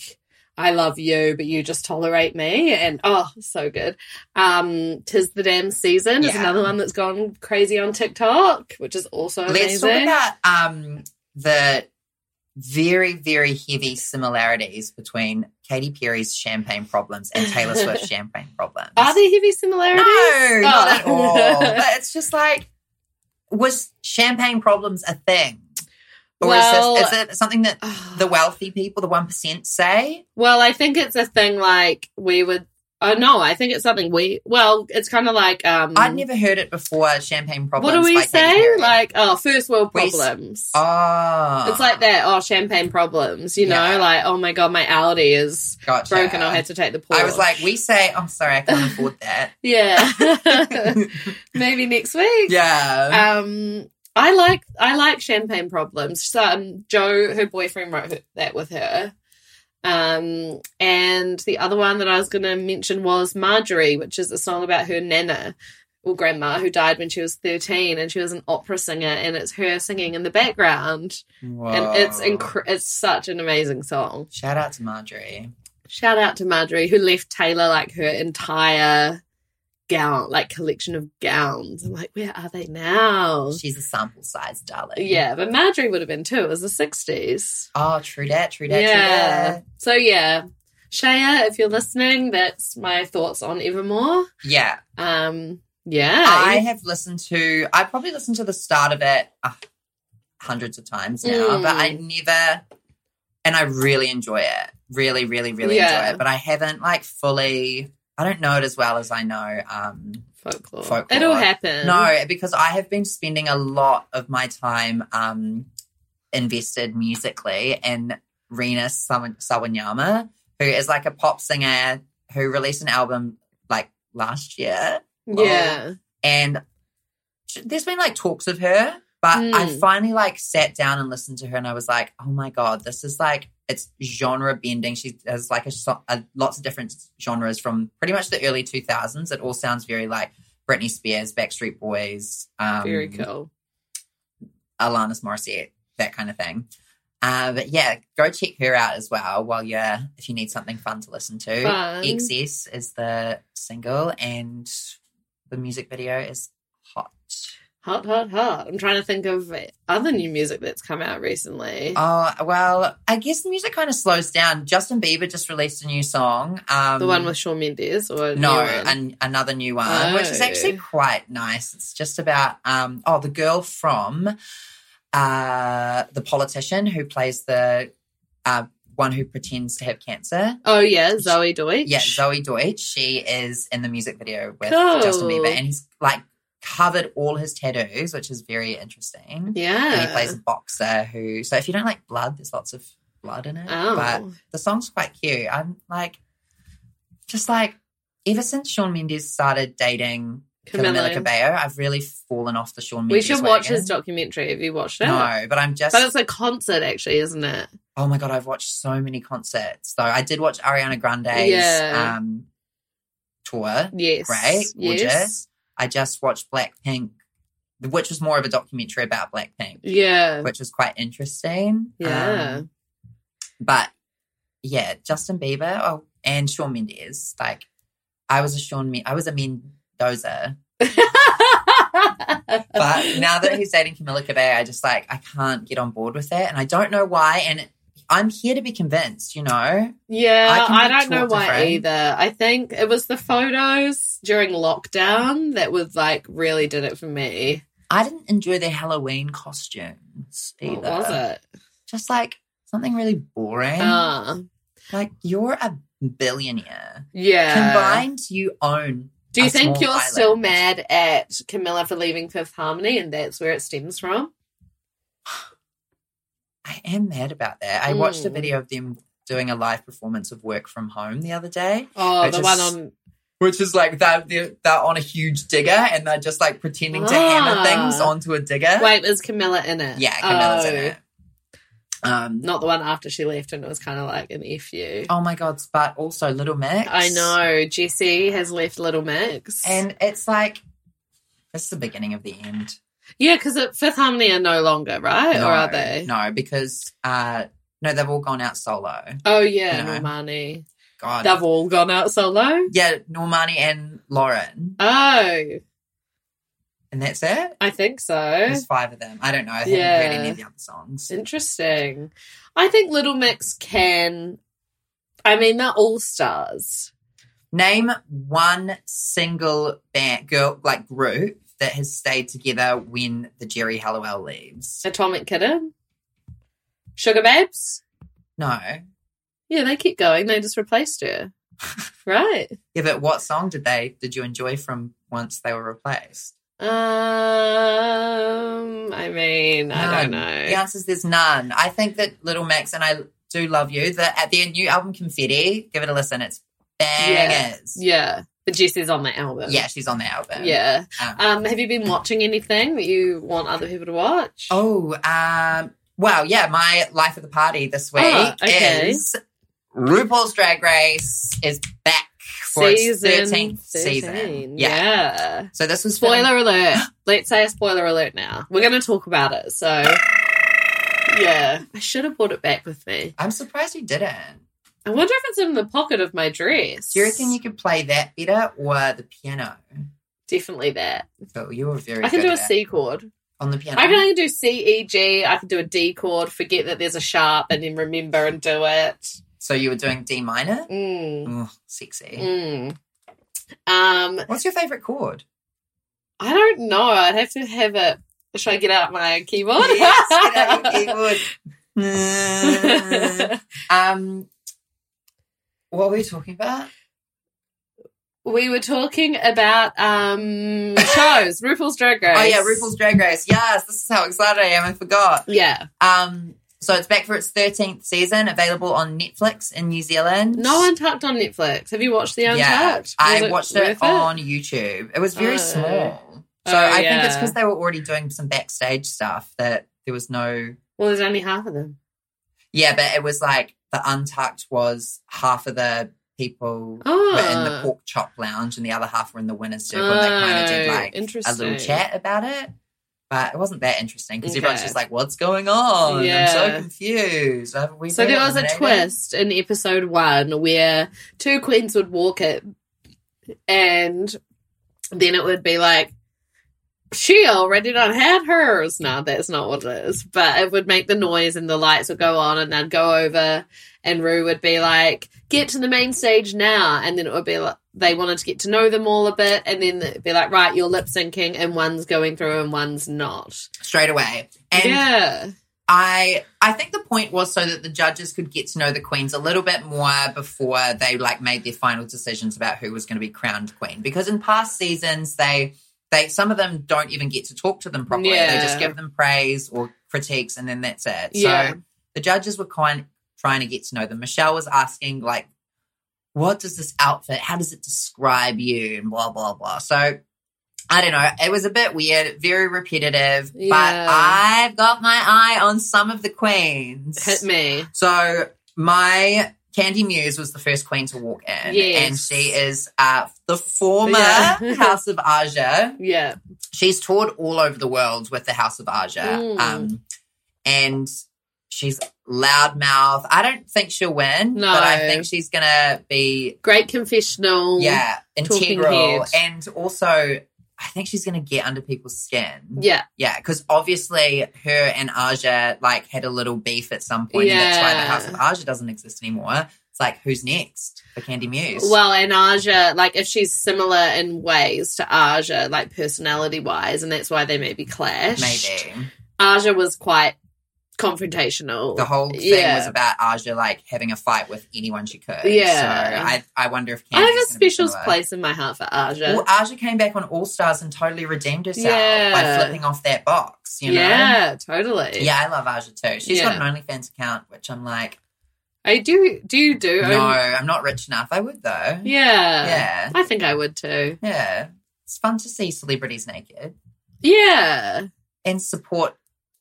Speaker 2: I love you, but you just tolerate me, and oh, so good. Um, Tis the damn season is
Speaker 3: Yeah.
Speaker 2: another one that's gone crazy on TikTok, which is also
Speaker 3: Let's
Speaker 2: amazing.
Speaker 3: talk about um the very very heavy similarities between Katy Perry's Champagne Problems and Taylor Swift's Champagne Problems.
Speaker 2: Are there heavy similarities?
Speaker 3: No, not at
Speaker 2: Oh.
Speaker 3: all. but it's just like, was champagne problems a thing? Or
Speaker 2: Well-
Speaker 3: is, this, is it something that
Speaker 2: Ah.
Speaker 3: the wealthy people, the 1% say?
Speaker 2: Well, I think it's a thing like we would. Oh no, I think it's something we. Well, it's kind of like um.
Speaker 3: I'd never heard it before, champagne
Speaker 2: What
Speaker 3: problems.
Speaker 2: do we
Speaker 3: by Katy
Speaker 2: say?
Speaker 3: Perry.
Speaker 2: Like oh, first world
Speaker 3: We s-
Speaker 2: problems.
Speaker 3: oh.
Speaker 2: it's like that. Oh, champagne problems. You know,
Speaker 3: Yeah.
Speaker 2: like oh my god, my Audi is
Speaker 3: Gotcha.
Speaker 2: broken. I'll have to take the Porsche.
Speaker 3: I was like, we say, I'm sorry, I can't afford that.
Speaker 2: yeah, maybe next week.
Speaker 3: yeah.
Speaker 2: Um, I like I like champagne problems. So um, Joe, her boyfriend, wrote her- that with her. Um, and the other one that I was going to mention was Marjorie, which is a song about her nana or grandma who died when she was thirteen, and she was an opera singer, and it's her singing in the background, and it's
Speaker 3: Whoa.
Speaker 2: incre- it's such an amazing song.
Speaker 3: Shout out to Marjorie.
Speaker 2: Shout out to Marjorie who left Taylor like her entire gown, like collection of gowns. I'm like, where are they now?
Speaker 3: She's a sample size, darling.
Speaker 2: Yeah, but Marjorie would have been too. It was the sixties.
Speaker 3: Oh, true that, true that, true
Speaker 2: Yeah.
Speaker 3: that.
Speaker 2: So yeah, Shaya, if you're listening, that's my thoughts on Evermore.
Speaker 3: Yeah.
Speaker 2: Um, yeah,
Speaker 3: I have listened to, I probably listened to the start of it uh, hundreds of times now,
Speaker 2: Mm.
Speaker 3: but I never, and I really enjoy it. Really, really, really
Speaker 2: Yeah.
Speaker 3: enjoy it. But I haven't like fully, I don't know it as well as I know. Um,
Speaker 2: folklore.
Speaker 3: folklore.
Speaker 2: It'll happen.
Speaker 3: no, because I have been spending a lot of my time um, invested musically in Rena Sawa- Sawanyama, who is like a pop singer who released an album like last year
Speaker 2: Yeah.
Speaker 3: and sh- there's been like talks of her but
Speaker 2: Mm.
Speaker 3: i finally like sat down and listened to her and i was like oh my god this is like it's genre bending she has like a, so- a lots of different genres from pretty much the early 2000s it all sounds very like britney spears backstreet boys um
Speaker 2: Very cool.
Speaker 3: alanis morissette that kind of thing uh, but yeah, go check her out as well. While you're, if you need something fun to listen to,
Speaker 2: Fun.
Speaker 3: Excess is the single, and the music video is hot.
Speaker 2: Hot, hot, hot. I'm trying to think of other new music that's come out recently.
Speaker 3: Oh, well, I guess the music kind of slows down. Justin Bieber just released a new song. Um,
Speaker 2: the one with Shawn Mendes or a
Speaker 3: no,
Speaker 2: new one?
Speaker 3: an, another new one, which is
Speaker 2: Oh.
Speaker 3: actually quite nice. It's just about um, oh, the girl from uh, the politician who plays the uh, one who pretends to have cancer.
Speaker 2: oh yeah, Zoe Deutsch.
Speaker 3: Yeah, Zoe Deutsch. She is in the music video with
Speaker 2: Cool.
Speaker 3: Justin Bieber, and he's like covered all his tattoos, which is very interesting. And he
Speaker 2: yeah.
Speaker 3: plays a boxer who. So if you don't like blood, there's lots of blood in it.
Speaker 2: Oh,
Speaker 3: But the song's quite cute. I'm like, just like ever since Sean Mendes started dating Camila,
Speaker 2: Camilla.
Speaker 3: Cabello, I've really fallen off the Sean Mendes.
Speaker 2: We should watch
Speaker 3: wagon.
Speaker 2: his documentary. Have you watched it?
Speaker 3: No, but I'm just.
Speaker 2: But it's a concert, actually, isn't it?
Speaker 3: oh my god, I've watched so many concerts though. I did watch Ariana Grande's
Speaker 2: Yeah.
Speaker 3: um, tour.
Speaker 2: Yes.
Speaker 3: Great,
Speaker 2: Yes.
Speaker 3: gorgeous. I just watched Blackpink, which was more of a documentary about Blackpink,
Speaker 2: Yeah.
Speaker 3: which was quite interesting.
Speaker 2: Yeah.
Speaker 3: Um, but yeah, Justin Bieber oh, and Shawn Mendes. Like, I was a Shawn, Men- I was a Mendoza, but now that he's dating Camila Cabello, I just like I can't get on board with it, and I don't know why. And I'm here to be convinced, you know.
Speaker 2: Yeah,
Speaker 3: I can
Speaker 2: I, don't
Speaker 3: talk
Speaker 2: know
Speaker 3: to
Speaker 2: why
Speaker 3: friends.
Speaker 2: either. I think it was the photos during lockdown that was like really did it for me.
Speaker 3: I didn't enjoy their Halloween costumes either.
Speaker 2: What was it?
Speaker 3: Just like something really boring.
Speaker 2: Ah,
Speaker 3: Like you're a billionaire.
Speaker 2: yeah.
Speaker 3: Combined, you own.
Speaker 2: Do you
Speaker 3: a
Speaker 2: think
Speaker 3: small
Speaker 2: you're still
Speaker 3: island.
Speaker 2: mad at Camilla for leaving Fifth Harmony and that's where it stems from?
Speaker 3: I am mad about that. I watched a
Speaker 2: Mm.
Speaker 3: video of them doing a live performance of Work from Home the other day,
Speaker 2: Oh,
Speaker 3: I
Speaker 2: the
Speaker 3: just-
Speaker 2: one on.
Speaker 3: which is like they're, they're, they're on a huge digger and they're just like pretending to
Speaker 2: Ah.
Speaker 3: hammer things onto a digger.
Speaker 2: Wait, is Camilla in it?
Speaker 3: Yeah, Camilla's in
Speaker 2: Oh,
Speaker 3: it. Um,
Speaker 2: Not the one after she left and it was kind of like an F you.
Speaker 3: oh my God, but also Little Mix.
Speaker 2: I know. Jesse has left Little Mix.
Speaker 3: And it's like, this is the beginning of the end.
Speaker 2: yeah, because Fifth Harmony are no longer, right?
Speaker 3: no,
Speaker 2: or are they?
Speaker 3: No, because, uh, no, they've all gone out solo.
Speaker 2: Oh, yeah,
Speaker 3: No.
Speaker 2: Normani.
Speaker 3: God.
Speaker 2: They've all gone out solo.
Speaker 3: Yeah, Normani and Lauren.
Speaker 2: Oh,
Speaker 3: And that's it?
Speaker 2: I think so.
Speaker 3: There's five of them. I don't know. I haven't heard any
Speaker 2: Yeah.
Speaker 3: of the other songs.
Speaker 2: Interesting. I think Little Mix can. I mean, they're all stars.
Speaker 3: Name one single band girl like group that has stayed together when the Jerry Halliwell leaves.
Speaker 2: Atomic Kitten, Sugar Babes.
Speaker 3: No.
Speaker 2: Yeah, they keep going. They just replaced her. right.
Speaker 3: Yeah, but what song did they did you enjoy from once they were replaced?
Speaker 2: Um, I mean, I
Speaker 3: None.
Speaker 2: don't know.
Speaker 3: The answer is there's none. I think that Little Mix and I do love you. That at their new album Confetti, give it a listen. It's bangers. Yeah,
Speaker 2: Yeah. But Jesse's on the album.
Speaker 3: she's on the album.
Speaker 2: Yeah.
Speaker 3: Um,
Speaker 2: Um, have you been watching anything that you want other people to watch?
Speaker 3: Oh, um, well, yeah, my life of the party this week
Speaker 2: Ah, okay.
Speaker 3: is RuPaul's Drag Race is back for its 13th season.
Speaker 2: Yeah.
Speaker 3: Yeah. Um, So this was filmed-
Speaker 2: Spoiler alert. Let's say a spoiler alert now. We're going to talk about it. So, yeah. I should have brought it back with me.
Speaker 3: I'm surprised you didn't.
Speaker 2: I wonder if it's in the pocket of my dress.
Speaker 3: Do you reckon you could play that better or the piano?
Speaker 2: Definitely that.
Speaker 3: Phil, you were very
Speaker 2: I can
Speaker 3: good
Speaker 2: do a
Speaker 3: at it.
Speaker 2: C chord.
Speaker 3: on the piano.
Speaker 2: I reckon I can do C, E, G. I can do a D chord, forget that there's a sharp, and then remember and do it.
Speaker 3: so you were doing D minor?
Speaker 2: Mm.
Speaker 3: Oh, sexy.
Speaker 2: Mm. Um,
Speaker 3: What's your favorite chord?
Speaker 2: I don't know. I'd have to have it. Should I get out my keyboard?
Speaker 3: Yes, get out your keyboard. um, what were we talking about?
Speaker 2: we were talking about um shows, RuPaul's Drag Race.
Speaker 3: Oh yeah, RuPaul's Drag Race. Yes, this is how excited I am. I forgot.
Speaker 2: Yeah.
Speaker 3: Um, so it's back for its thirteenth season, available on Netflix in New Zealand.
Speaker 2: No Untucked on Netflix. Have you watched the
Speaker 3: yeah,
Speaker 2: Untucked? Was
Speaker 3: I watched it,
Speaker 2: worth
Speaker 3: on YouTube. It was very
Speaker 2: Oh.
Speaker 3: small, so
Speaker 2: Oh,
Speaker 3: I think it's
Speaker 2: yeah.
Speaker 3: because they were already doing some backstage stuff that there was no.
Speaker 2: Well, there's only half of them.
Speaker 3: Yeah, but it was like the Untucked was half of the people
Speaker 2: Oh,
Speaker 3: were in the pork chop lounge and the other half were in the winners circle. and they kind of did
Speaker 2: Oh,
Speaker 3: like a
Speaker 2: interesting.
Speaker 3: little chat about it. But it wasn't that interesting because everyone's
Speaker 2: Okay.
Speaker 3: just like, what's going on? I'm
Speaker 2: Yeah.
Speaker 3: so confused. Have we
Speaker 2: So
Speaker 3: been
Speaker 2: there was a
Speaker 3: eliminated?"
Speaker 2: twist in episode one where two queens would walk it, and then it would be like she already done had hers. No, that's not what it is. But it would make the noise and the lights would go on and I'd go over and Rue would be like, get to the main stage now. And then it would be like, they wanted to get to know them all a bit. And then it'd be like, right, you're lip syncing and one's going through and one's not.
Speaker 3: straight away. And
Speaker 2: yeah.
Speaker 3: I I think the point was so that the judges could get to know the queens a little bit more before they like made their final decisions about who was going to be crowned queen. Because in past seasons, they they some of them don't even get to talk to them properly. They just
Speaker 2: Yeah.
Speaker 3: give them praise or critiques, and then that's it.
Speaker 2: Yeah.
Speaker 3: So the judges were kind trying to get to know them. Michelle was asking like, "What does this outfit? How does it describe you?" And blah blah blah. So I don't know. It was a bit weird, very repetitive. But
Speaker 2: Yeah.
Speaker 3: I've got my eye on some of the queens.
Speaker 2: Hit me.
Speaker 3: So my Candy Muse was the first queen to walk in,
Speaker 2: Yes.
Speaker 3: and she is uh, the former
Speaker 2: Yeah.
Speaker 3: House of Aja.
Speaker 2: Yeah.
Speaker 3: She's toured all over the world with the House of Aja,
Speaker 2: Mm.
Speaker 3: um, and she's loudmouth. I don't think she'll win,
Speaker 2: No.
Speaker 3: but I think she's gonna be
Speaker 2: Great confessional.
Speaker 3: yeah
Speaker 2: Talking
Speaker 3: integral,
Speaker 2: head.
Speaker 3: and also I think she's gonna get under people's skin.
Speaker 2: Yeah.
Speaker 3: Yeah, because obviously her and Aja like had a little beef at some point, and that's why the
Speaker 2: Yeah.
Speaker 3: House of Aja doesn't exist anymore. It's like who's next for Candy Muse?
Speaker 2: Well, and Aja, like, if she's similar in ways to Aja, like personality wise, and that's why they maybe clash.
Speaker 3: maybe
Speaker 2: Aja was quite confrontational.
Speaker 3: the whole thing
Speaker 2: Yeah.
Speaker 3: was about Aja like having a fight with anyone she could.
Speaker 2: Yeah.
Speaker 3: so I I wonder if Candy's
Speaker 2: I have a
Speaker 3: gonna be
Speaker 2: special
Speaker 3: similar.
Speaker 2: place in my heart for Aja.
Speaker 3: Well, Aja came back on All Stars and totally redeemed herself by
Speaker 2: Yeah.
Speaker 3: flipping off that box. You know,
Speaker 2: Yeah, totally.
Speaker 3: yeah. I love Aja too. She's got
Speaker 2: Yeah.
Speaker 3: an OnlyFans account, which I'm like,
Speaker 2: I do. Do you do?
Speaker 3: no, I'm not rich enough. I would though.
Speaker 2: Yeah.
Speaker 3: yeah.
Speaker 2: I think I would too.
Speaker 3: Yeah. It's fun to see celebrities naked
Speaker 2: Yeah.
Speaker 3: and support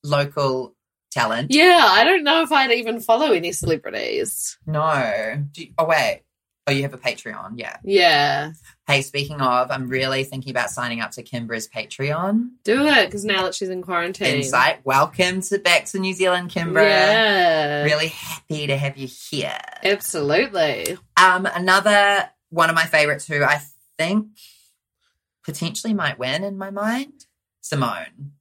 Speaker 3: local talent.
Speaker 2: Yeah. I don't know if I'd even follow any celebrities.
Speaker 3: No. Do you- oh, wait. Oh, you have a Patreon. Yeah.
Speaker 2: Yeah.
Speaker 3: Hey, speaking of, I'm really thinking about signing up to Kimbra's Patreon.
Speaker 2: Do it because now that she's in quarantine.
Speaker 3: Insight. Welcome to back to New Zealand, Kimbra.
Speaker 2: Yeah.
Speaker 3: Really happy to have you here.
Speaker 2: Absolutely.
Speaker 3: Um, another one of my favorites who I think potentially might win in my mind, Simone.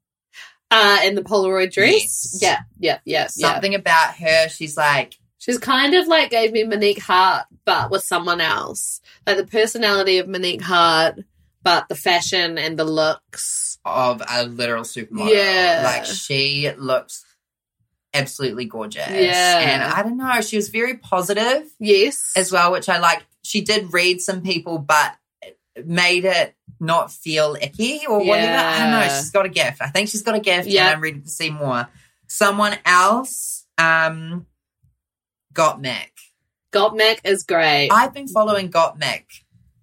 Speaker 2: Uh, in the Polaroid dress.
Speaker 3: Yes.
Speaker 2: Yeah. Yeah. Yeah. Yeah.
Speaker 3: Something about her, she's like,
Speaker 2: She's kind of like gave me Monique Hart, but with someone else. Like the personality of Monique Hart, but the fashion and the looks.
Speaker 3: of a literal supermodel.
Speaker 2: Yeah.
Speaker 3: Like she looks absolutely gorgeous.
Speaker 2: Yeah.
Speaker 3: And I don't know, she was very positive
Speaker 2: Yes.
Speaker 3: as well, which I like. She did read some people, but it made it not feel icky or whatever. I don't know.
Speaker 2: Yeah.
Speaker 3: She's got a gift. I think she's got a gift
Speaker 2: Yeah.
Speaker 3: and I'm ready to see more. Someone else um got Mick.
Speaker 2: Gottmik is great.
Speaker 3: I've been following Got Mick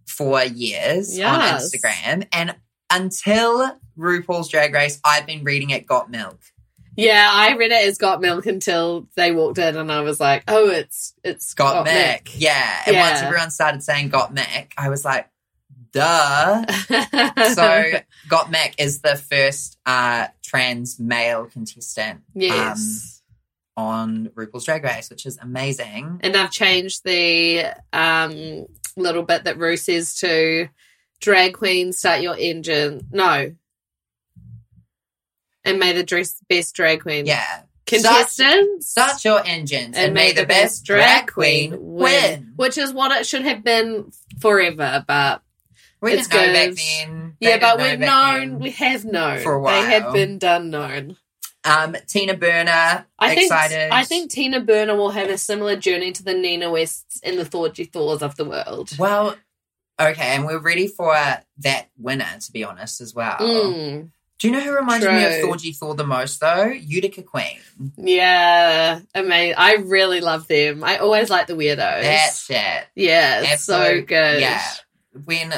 Speaker 3: for years on
Speaker 2: Yes.
Speaker 3: Instagram, and until RuPaul's Drag Race, I've been reading it Got Milk.
Speaker 2: yeah, I read it as Got Milk until they walked in and I was like, oh, it's it's
Speaker 3: Got,
Speaker 2: Got
Speaker 3: Mick.
Speaker 2: Mick.
Speaker 3: yeah. And once
Speaker 2: Yeah.
Speaker 3: everyone started saying Got Mick, I was like, duh. So Got Mick is the first uh, trans male contestant um,
Speaker 2: yes.
Speaker 3: on RuPaul's Drag Race, which is amazing.
Speaker 2: and I've changed the um little bit that Rue says to drag queen, start your engine. No. And may the dress best drag queen.
Speaker 3: Yeah.
Speaker 2: Contestants.
Speaker 3: Start your engines and, may, the best drag queen win.
Speaker 2: Which is what it should have been forever, but
Speaker 3: We
Speaker 2: It's
Speaker 3: didn't know back
Speaker 2: good.
Speaker 3: then. They
Speaker 2: yeah,
Speaker 3: didn't
Speaker 2: but
Speaker 3: know
Speaker 2: we've
Speaker 3: back
Speaker 2: known,
Speaker 3: then.
Speaker 2: we have known
Speaker 3: For a while.
Speaker 2: They had been done known.
Speaker 3: Um, Tina Burner,
Speaker 2: I think
Speaker 3: excited.
Speaker 2: I think Tina Burner will have a similar journey to the Nina Wests and the Thorgy Thors of the world.
Speaker 3: Well, okay, and we're ready for that winner, to be honest, as well.
Speaker 2: Mm,
Speaker 3: Do you know who reminds me of
Speaker 2: True.
Speaker 3: Thorgy Thor the most, though? Utica Queen.
Speaker 2: yeah, amazing. I really love them. I always like the weirdos.
Speaker 3: That shit.
Speaker 2: yeah, it's so
Speaker 3: Absolute-
Speaker 2: good.
Speaker 3: Yeah. When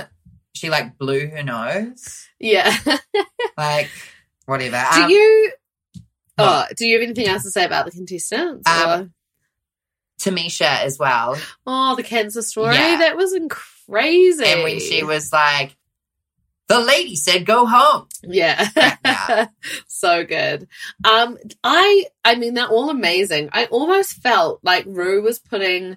Speaker 3: she like blew her nose,
Speaker 2: yeah.
Speaker 3: like whatever.
Speaker 2: do
Speaker 3: Um,
Speaker 2: you? Oh,
Speaker 3: what?
Speaker 2: do you have anything else to say about the contestants?
Speaker 3: Um,
Speaker 2: or-
Speaker 3: Tamisha as well.
Speaker 2: oh, the cancer story.
Speaker 3: Yeah.
Speaker 2: That was in- crazy.
Speaker 3: And when she was like, the lady said go home. Yeah.
Speaker 2: Yeah. so good. Um I I mean they're all amazing. I almost felt like Rue was putting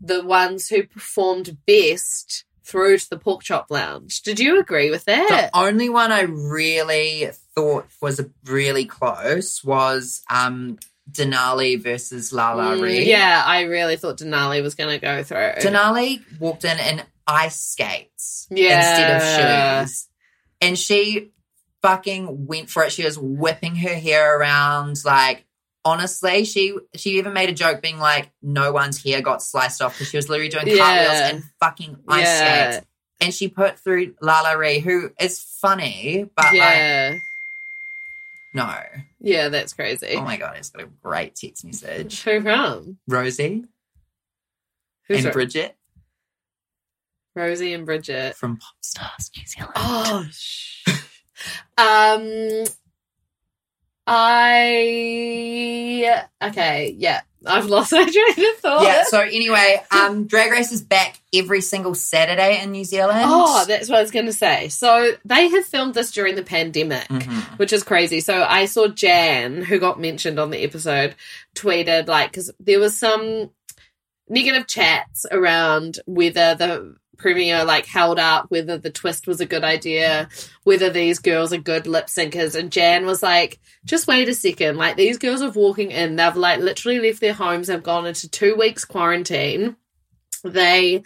Speaker 2: the ones who performed best through to the pork chop lounge. Did you agree with that?
Speaker 3: The only one I really thought was really close was um, Denali versus Lala
Speaker 2: Mm,
Speaker 3: Reed.
Speaker 2: yeah, I really thought Denali was going to go through.
Speaker 3: Denali walked in in ice skates instead
Speaker 2: Yeah.
Speaker 3: of shoes. And she fucking went for it. She was whipping her hair around like honestly, she she even made a joke being like, no one's hair got sliced off because she was literally doing
Speaker 2: Yeah.
Speaker 3: cartwheels and fucking ice
Speaker 2: Yeah.
Speaker 3: skates. And she put through Lala Ree, who is funny, but like
Speaker 2: yeah,
Speaker 3: no.
Speaker 2: yeah, that's crazy.
Speaker 3: Oh my god, it's got a great text message.
Speaker 2: Who from?
Speaker 3: Rosie
Speaker 2: Who's
Speaker 3: and
Speaker 2: Ro-
Speaker 3: Bridget
Speaker 2: Rosie and Bridget?
Speaker 3: from Pop Stars New Zealand.
Speaker 2: Oh, sh- um, I okay, yeah, I've lost my train of thought.
Speaker 3: yeah. So anyway, um, Drag Race is back every single Saturday in New Zealand.
Speaker 2: oh, that's what I was going to say. So they have filmed this during the pandemic.
Speaker 3: Mhm.
Speaker 2: Which is crazy. So I saw Jan, who got mentioned on the episode, tweeted like because there was some negative chats around whether the premiere like held up, whether the twist was a good idea, whether these girls are good lip syncers, and Jan was like, "Just wait a second. Like these girls are walking in. They've like literally left their homes. They've gone into two weeks quarantine. They."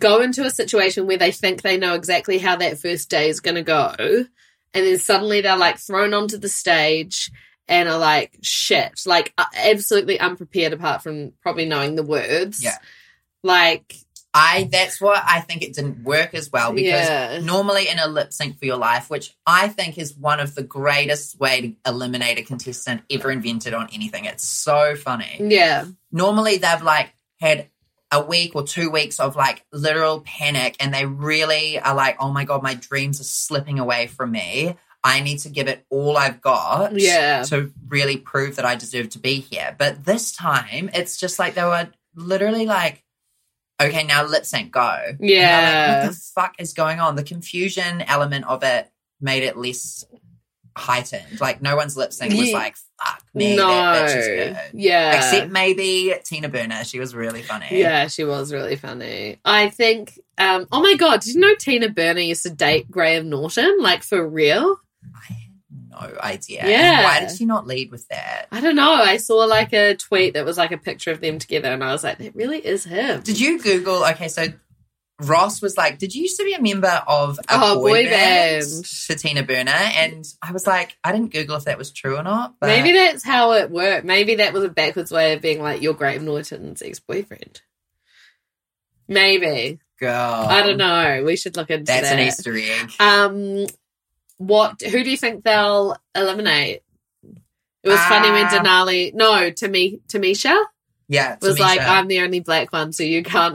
Speaker 2: Go into a situation where they think they know exactly how that first day is going to go, and then suddenly they're like thrown onto the stage and are like shit like uh, absolutely unprepared apart from probably knowing the words
Speaker 3: Yeah.
Speaker 2: like
Speaker 3: I that's what I think it didn't work as well Oh, because
Speaker 2: yeah
Speaker 3: normally in a lip sync for your life, which I think is one of the greatest way to eliminate a contestant ever invented on anything. It's so funny.
Speaker 2: yeah
Speaker 3: Normally they've like had a week or two weeks of like literal panic and they really are like, oh my God, my dreams are slipping away from me. I need to give it all I've got.
Speaker 2: yeah
Speaker 3: to really prove that I deserve to be here. But this time, it's just like they were literally like, okay, now lip sync, go. And I'm like,
Speaker 2: Yeah.
Speaker 3: what the fuck is going on? The confusion element of it made it less heightened. Like, no one's lip sync was
Speaker 2: Ye-
Speaker 3: like, fuck me,
Speaker 2: no
Speaker 3: that bitch is good.
Speaker 2: yeah
Speaker 3: Except maybe Tina Burner. She was really funny.
Speaker 2: yeah she was really funny i think um oh my god did you know tina burner used to date graham norton like for real
Speaker 3: I had no idea. And
Speaker 2: Yeah.
Speaker 3: Why did she not lead with that?
Speaker 2: i don't know i saw like a tweet that was like a picture of them together and i was like that really is him
Speaker 3: Did you Google? Okay, so Ross was like, "Did you used to be a member of a
Speaker 2: Oh,
Speaker 3: boy,
Speaker 2: boy
Speaker 3: band?"
Speaker 2: band.
Speaker 3: To Tina Burner, and I was like, I didn't Google if that was true or not. But
Speaker 2: Maybe that's how it worked. Maybe that was a backwards way of being like your Graham Norton's ex boyfriend. Maybe.
Speaker 3: girl,
Speaker 2: I don't know. We should look into
Speaker 3: Um, That's
Speaker 2: that.
Speaker 3: an Easter egg.
Speaker 2: Um what who do you think they'll eliminate? It was funny when
Speaker 3: Ah.
Speaker 2: Denali no, Tami Tamisha
Speaker 3: yeah, it
Speaker 2: was like, I'm the only black one, so you can't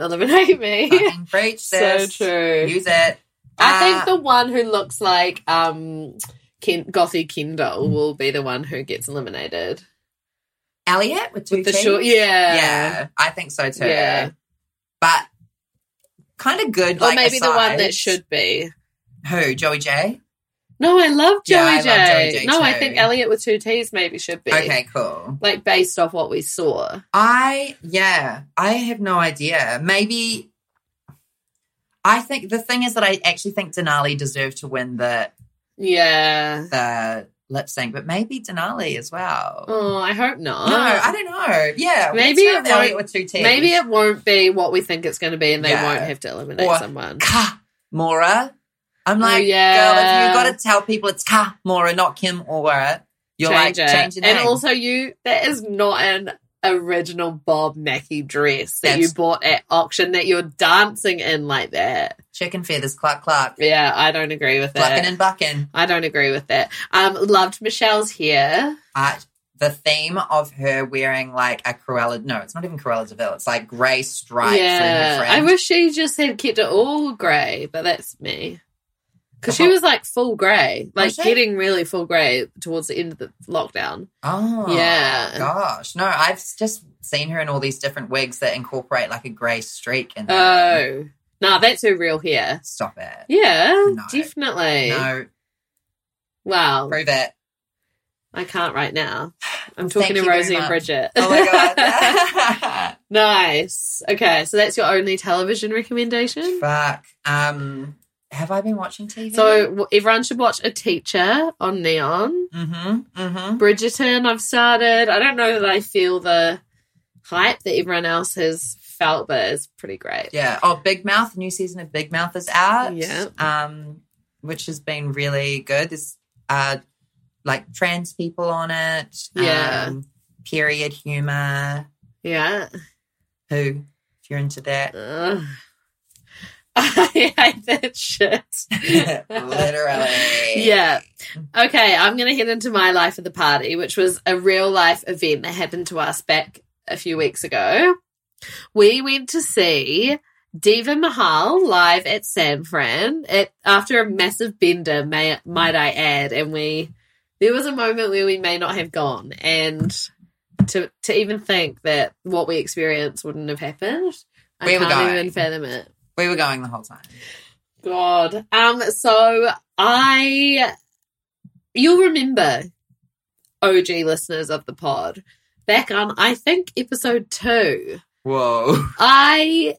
Speaker 2: eliminate me.
Speaker 3: fucking preach
Speaker 2: so
Speaker 3: sis.
Speaker 2: true.
Speaker 3: Use it.
Speaker 2: I
Speaker 3: Ah,
Speaker 2: think the one who looks like um Ken- Gothy Kindle will be the one who gets eliminated.
Speaker 3: Elliot with two
Speaker 2: With the
Speaker 3: T's?
Speaker 2: short
Speaker 3: Yeah.
Speaker 2: yeah.
Speaker 3: I think so too.
Speaker 2: Yeah.
Speaker 3: but kind of good.
Speaker 2: Or
Speaker 3: like,
Speaker 2: maybe the one that
Speaker 3: asides.
Speaker 2: should be.
Speaker 3: Who Joey J?
Speaker 2: No, I love Joey
Speaker 3: Yeah, I love
Speaker 2: J.
Speaker 3: Joey J
Speaker 2: no, I
Speaker 3: too.
Speaker 2: think Elliot with two T's maybe should be.
Speaker 3: Okay, cool.
Speaker 2: Like based off what we saw.
Speaker 3: I yeah, I have no idea. Maybe I think the thing is that I actually think Denali deserved to win the
Speaker 2: Yeah.
Speaker 3: the lip sync, but maybe Denali as well.
Speaker 2: Oh, I hope not.
Speaker 3: No, I don't know. Yeah,
Speaker 2: Maybe
Speaker 3: what's wrong
Speaker 2: it
Speaker 3: with Elliot
Speaker 2: won't-
Speaker 3: with two T's.
Speaker 2: maybe it won't be what we think it's going to be and they
Speaker 3: Yeah.
Speaker 2: won't have to eliminate
Speaker 3: Or-
Speaker 2: someone.
Speaker 3: Ka Mora. I'm
Speaker 2: Oh,
Speaker 3: like,
Speaker 2: yeah.
Speaker 3: girl, if you got to tell people it's Ka Mora, not Kim Ora, you're
Speaker 2: Change
Speaker 3: like
Speaker 2: it.
Speaker 3: changing
Speaker 2: And also you that is not an original Bob Mackie dress that
Speaker 3: That's-
Speaker 2: you bought at auction that you're dancing in like that.
Speaker 3: chicken feathers, cluck cluck,
Speaker 2: Yeah, I don't agree with that.
Speaker 3: clucking and bucking.
Speaker 2: I don't agree with that. Um loved Michelle's hair.
Speaker 3: uh, the theme of her wearing like a Cruella. No, it's not even Cruella Deville. It's like grey stripes. Yeah, her
Speaker 2: I
Speaker 3: fringe.
Speaker 2: wish she just had kept it all grey, but that's me. Because she was like full grey, like
Speaker 3: Was she?
Speaker 2: getting really full grey towards the end of the lockdown.
Speaker 3: Oh,
Speaker 2: Yeah.
Speaker 3: Gosh, no, I've s- just seen her in all these different wigs that incorporate like a grey streak. And
Speaker 2: Oh, no, that's her real hair.
Speaker 3: stop it!
Speaker 2: Yeah,
Speaker 3: No.
Speaker 2: definitely.
Speaker 3: No,
Speaker 2: Wow,
Speaker 3: prove it.
Speaker 2: I can't right now. I'm
Speaker 3: Well,
Speaker 2: talking
Speaker 3: thank
Speaker 2: to
Speaker 3: you very
Speaker 2: Rosie and
Speaker 3: much.
Speaker 2: Bridget.
Speaker 3: Oh my god.
Speaker 2: nice. Okay, so that's your only television recommendation.
Speaker 3: Fuck. Um, have I been watching TV?
Speaker 2: So w- everyone should watch A Teacher on Neon.
Speaker 3: Mm-hmm. Mm-hmm.
Speaker 2: Bridgerton, I've started. I don't know that I feel the hype that everyone else has felt, but it's pretty great.
Speaker 3: Yeah. Oh, Big Mouth. New season of Big Mouth is out.
Speaker 2: Yeah.
Speaker 3: Um, which has been really good. There's uh, like trans people on it.
Speaker 2: Yeah.
Speaker 3: Um, period humor.
Speaker 2: Yeah.
Speaker 3: Who, if you're into that,
Speaker 2: Ugh. I hate that shit.
Speaker 3: literally.
Speaker 2: Yeah. Okay, I'm going to head into my life of the party, which was a real life event that happened to us back a few weeks ago. We went to see Diva Mahal live at San Fran at, after a massive bender, may, might I add. And we, there was a moment where we may not have gone. And to, to even think that what we experienced wouldn't have happened, I
Speaker 3: We were
Speaker 2: can't
Speaker 3: going.
Speaker 2: even fathom it.
Speaker 3: We were going the whole time.
Speaker 2: God. Um, so I you'll remember, OG listeners of the pod, back on I think episode two,
Speaker 3: Whoa.
Speaker 2: I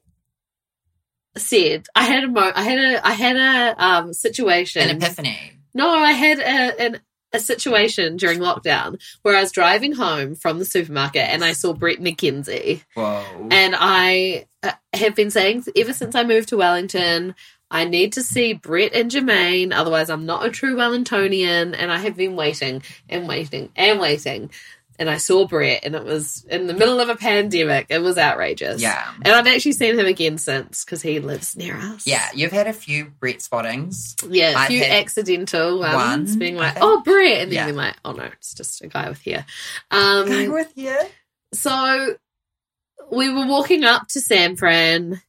Speaker 2: said I had a mo I had a I had a um situation.
Speaker 3: An epiphany.
Speaker 2: No, I had a, an, a situation during lockdown where I was driving home from the supermarket and I saw Brett McKenzie.
Speaker 3: Whoa.
Speaker 2: And I uh, have been saying ever since I moved to Wellington, I need to see Brett and Jermaine, otherwise, I'm not a true Wellingtonian. And I have been waiting and waiting and waiting. And I saw Brett, and it was in the middle of a pandemic. It was outrageous.
Speaker 3: yeah.
Speaker 2: And I've actually seen him again since because he lives near us.
Speaker 3: Yeah. You've had a few Brett spottings.
Speaker 2: Yeah, a
Speaker 3: I've
Speaker 2: few
Speaker 3: had
Speaker 2: accidental ones
Speaker 3: one,
Speaker 2: being
Speaker 3: I
Speaker 2: like,
Speaker 3: think.
Speaker 2: oh, Brett. And then
Speaker 3: Yeah.
Speaker 2: being like, oh, no, it's just a guy with hair. Um,
Speaker 3: Going with you.
Speaker 2: so we were walking up to San Fran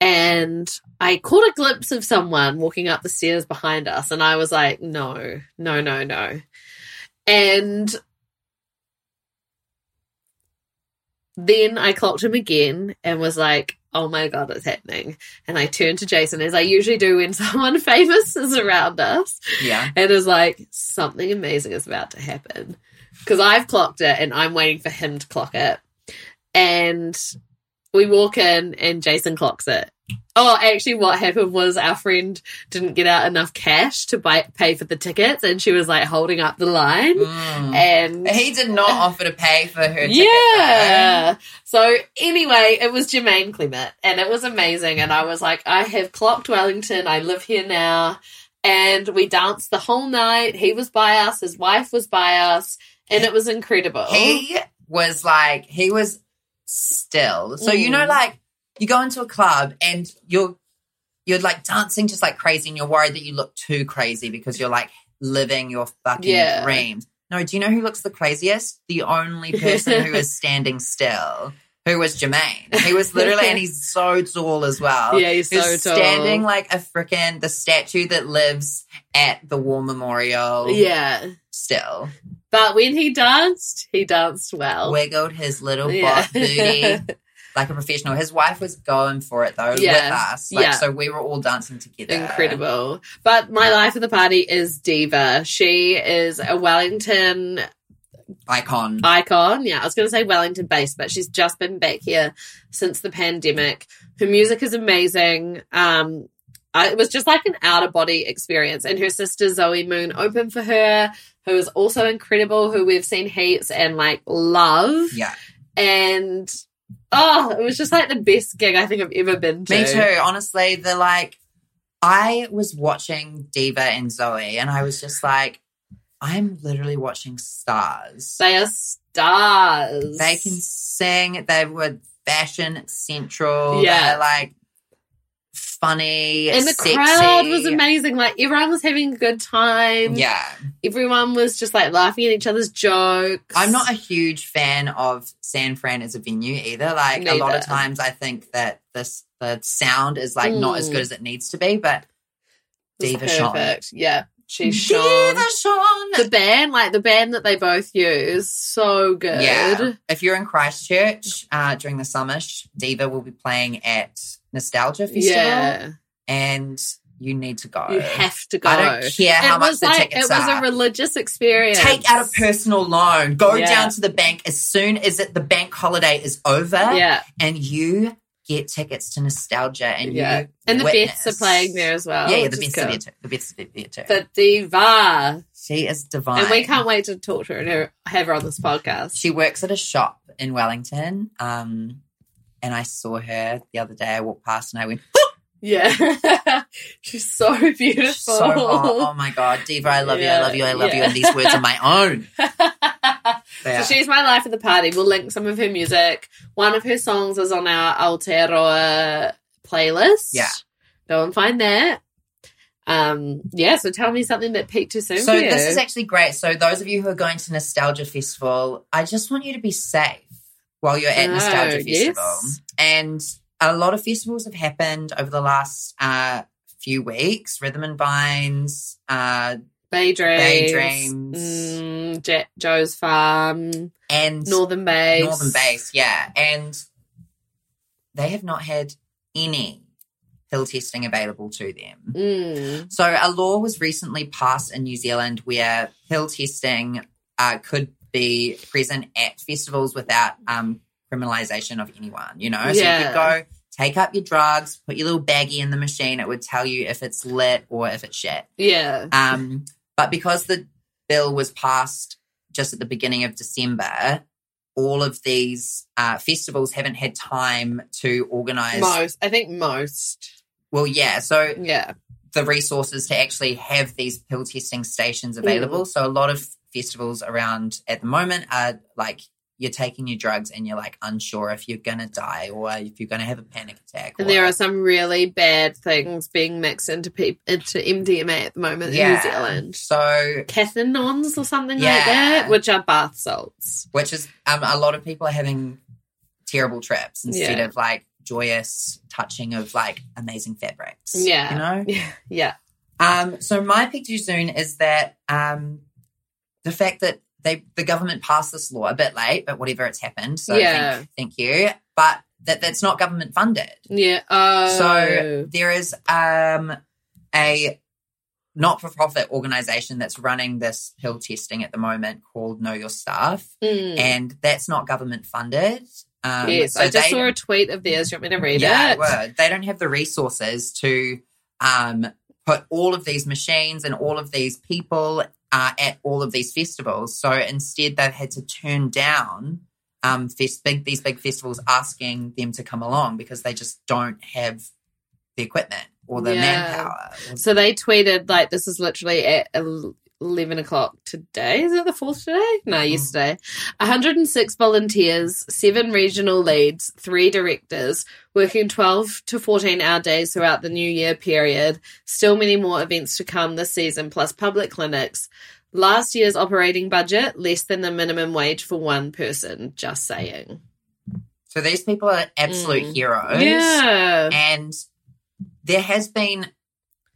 Speaker 2: and I caught a glimpse of someone walking up the stairs behind us and I was like, no, no, no, no. And then I clocked him again and was like, oh my God, it's happening. And I turned to Jason as I usually do when someone famous is around us
Speaker 3: Yeah.
Speaker 2: and is like, something amazing is about to happen. Because I've clocked it and I'm waiting for him to clock it. And we walk in and Jason clocks it. Oh, actually, what happened was our friend didn't get out enough cash to buy, pay for the tickets and she was like holding up the line.
Speaker 3: Mm.
Speaker 2: And
Speaker 3: He did not offer to pay for her. ticket,
Speaker 2: yeah. So anyway, it was Jermaine Clement, and it was amazing. And I was like, I have clocked Wellington. I live here now, and we danced the whole night. He was by us. His wife was by us, and it was incredible.
Speaker 3: though. He was like, he was still. So you know,
Speaker 2: Mm.
Speaker 3: like you go into a club and you're you're like dancing just like crazy, and you're worried that you look too crazy because you're like living your fucking
Speaker 2: Yeah.
Speaker 3: dreams. No, do you know who looks the craziest? The only person who is standing still, who was Jermaine. He was literally, and he's so tall as well.
Speaker 2: yeah, he's so
Speaker 3: Who's
Speaker 2: tall.
Speaker 3: standing like a freaking the statue that lives at the war memorial
Speaker 2: yeah,
Speaker 3: still
Speaker 2: but when he danced, he danced well.
Speaker 3: wiggled his little
Speaker 2: Yeah.
Speaker 3: bot booty like a professional. His wife was going for it though with
Speaker 2: Yeah.
Speaker 3: us. Like
Speaker 2: Yeah.
Speaker 3: so we were all dancing together.
Speaker 2: Incredible. But my life of the party is Diva. She is a Wellington Uh,
Speaker 3: Icon.
Speaker 2: icon. Yeah, I was going to say Wellington based, but she's just been back here since the pandemic. Her music is amazing. Um, I, it was just like an out of body experience. And her sister Zoe Moon opened for her, who is also incredible, who we've seen heaps and like love.
Speaker 3: Yeah.
Speaker 2: And oh, it was just like the best gig I think I've ever been to.
Speaker 3: Me too. Honestly, the like I was watching Diva and Zoe and I was just like, I'm literally watching stars.
Speaker 2: They are stars.
Speaker 3: They can sing. They were fashion central.
Speaker 2: Yeah.
Speaker 3: They're like funny.
Speaker 2: And the
Speaker 3: sexy.
Speaker 2: crowd was amazing. Like everyone was having a good time.
Speaker 3: Yeah.
Speaker 2: everyone was just like laughing at each other's jokes.
Speaker 3: I'm not a huge fan of San Fran as a venue either. Like a lot
Speaker 2: Neither.
Speaker 3: of times I think that this the sound is like not as
Speaker 2: Mm.
Speaker 3: good as it needs to be, but
Speaker 2: It was
Speaker 3: Diva Sean.
Speaker 2: perfect. Yeah, she's Sean.
Speaker 3: Diva Sean.
Speaker 2: The band, like the band that they both use, so good.
Speaker 3: Yeah. If you're in Christchurch uh, during the summer, sh- Diva will be playing at Nostalgia Festival.
Speaker 2: yeah.
Speaker 3: And You need to go.
Speaker 2: You have to go.
Speaker 3: I don't care how
Speaker 2: it
Speaker 3: much
Speaker 2: was
Speaker 3: the
Speaker 2: like it
Speaker 3: tickets
Speaker 2: was
Speaker 3: are.
Speaker 2: a religious experience.
Speaker 3: Take out a personal loan. Go
Speaker 2: Yeah.
Speaker 3: down to the bank as soon as it, the bank holiday is over,
Speaker 2: Yeah,
Speaker 3: and you get tickets to nostalgia. And
Speaker 2: yeah.
Speaker 3: you
Speaker 2: And the
Speaker 3: witness.
Speaker 2: Beths are playing there as well.
Speaker 3: Yeah, yeah,
Speaker 2: which
Speaker 3: the
Speaker 2: is
Speaker 3: best
Speaker 2: cool.
Speaker 3: cool. too. The best there too.
Speaker 2: The diva,
Speaker 3: she is divine.
Speaker 2: and we can't wait to talk to her and her- have her on this podcast.
Speaker 3: She works at a shop in Wellington. Um, and I saw her the other day. I walked past and I went,
Speaker 2: yeah, she's so beautiful.
Speaker 3: so hot. Oh my God. Diva, I love you. I love you. I love you.
Speaker 2: Yeah.
Speaker 3: And these words are my own. They are.
Speaker 2: So she's my life at the party. We'll link some of her music. One of her songs is on our Aotearoa playlist.
Speaker 3: Yeah.
Speaker 2: Go and find that. Um, yeah, so tell me something that peaked too soon
Speaker 3: so
Speaker 2: for you.
Speaker 3: this is actually great. So those of you who are going to Nostalgia Festival, I just want you to be safe while you're at
Speaker 2: Oh,
Speaker 3: Nostalgia
Speaker 2: yes.
Speaker 3: Festival. And a lot of festivals have happened over the last uh, few weeks. Rhythm and Vines, uh,
Speaker 2: Bay Dreams.
Speaker 3: Bay Dreams.
Speaker 2: Mm, Ja- Joe's Farm.
Speaker 3: and
Speaker 2: Northern Bay.
Speaker 3: Northern Base, yeah. And they have not had any pill testing available to them.
Speaker 2: Mm.
Speaker 3: So a law was recently passed in New Zealand where pill testing uh, could be present at festivals without um, criminalization of anyone, you know? So you
Speaker 2: Yeah.
Speaker 3: could go take up your drugs, put your little baggie in the machine, it would tell you if it's lit or if it's shit.
Speaker 2: Yeah.
Speaker 3: Um, but because the bill was passed just at the beginning of December, all of these uh, festivals haven't had time to organise.
Speaker 2: Most. I think most.
Speaker 3: Well, yeah, so
Speaker 2: Yeah.
Speaker 3: the resources to actually have these pill testing stations
Speaker 2: Mm.
Speaker 3: available. So a lot of festivals around at the moment are like you're taking your drugs and you're like unsure if you're gonna die or if you're gonna have a panic attack.
Speaker 2: And
Speaker 3: or-
Speaker 2: there are some really bad things being mixed into peop into MDMA at the moment in New
Speaker 3: Yeah.
Speaker 2: Zealand.
Speaker 3: so
Speaker 2: cathinons or something like
Speaker 3: Yeah.
Speaker 2: that, which are bath salts.
Speaker 3: which is um, a lot of people are having terrible trips instead
Speaker 2: Yeah.
Speaker 3: of like joyous touching of like amazing fabrics.
Speaker 2: Yeah.
Speaker 3: you know.
Speaker 2: Yeah.
Speaker 3: Um, so my pick too soon is that um, the fact that they the government passed this law a bit late, but whatever, it's happened. So
Speaker 2: Yeah.
Speaker 3: thank, thank you. But that that's not government funded.
Speaker 2: Yeah. Oh.
Speaker 3: So there is um, a not for profit organization that's running this pill testing at the moment called Know Your Stuff
Speaker 2: Mm.
Speaker 3: and that's not government funded. Um,
Speaker 2: yes,
Speaker 3: so
Speaker 2: I just
Speaker 3: they,
Speaker 2: saw a tweet of theirs. Do you want me to read
Speaker 3: yeah,
Speaker 2: it?
Speaker 3: word. they don't have the resources to um, put all of these machines and all of these people uh, at all of these festivals. So instead, they've had to turn down um, fest- big, these big festivals asking them to come along because they just don't have the equipment or the
Speaker 2: Yeah.
Speaker 3: manpower.
Speaker 2: So they tweeted like, "This is literally at el- eleven o'clock today. Is it the fourth today? No,
Speaker 3: Mm.
Speaker 2: yesterday. One hundred and six volunteers, seven regional leads, three directors, working twelve to fourteen hour days throughout the New Year period. Still many more events to come this season, plus public clinics." Last year's operating budget less than the minimum wage for one person. Just saying.
Speaker 3: So these people are absolute
Speaker 2: Mm.
Speaker 3: heroes.
Speaker 2: Yeah.
Speaker 3: and there has been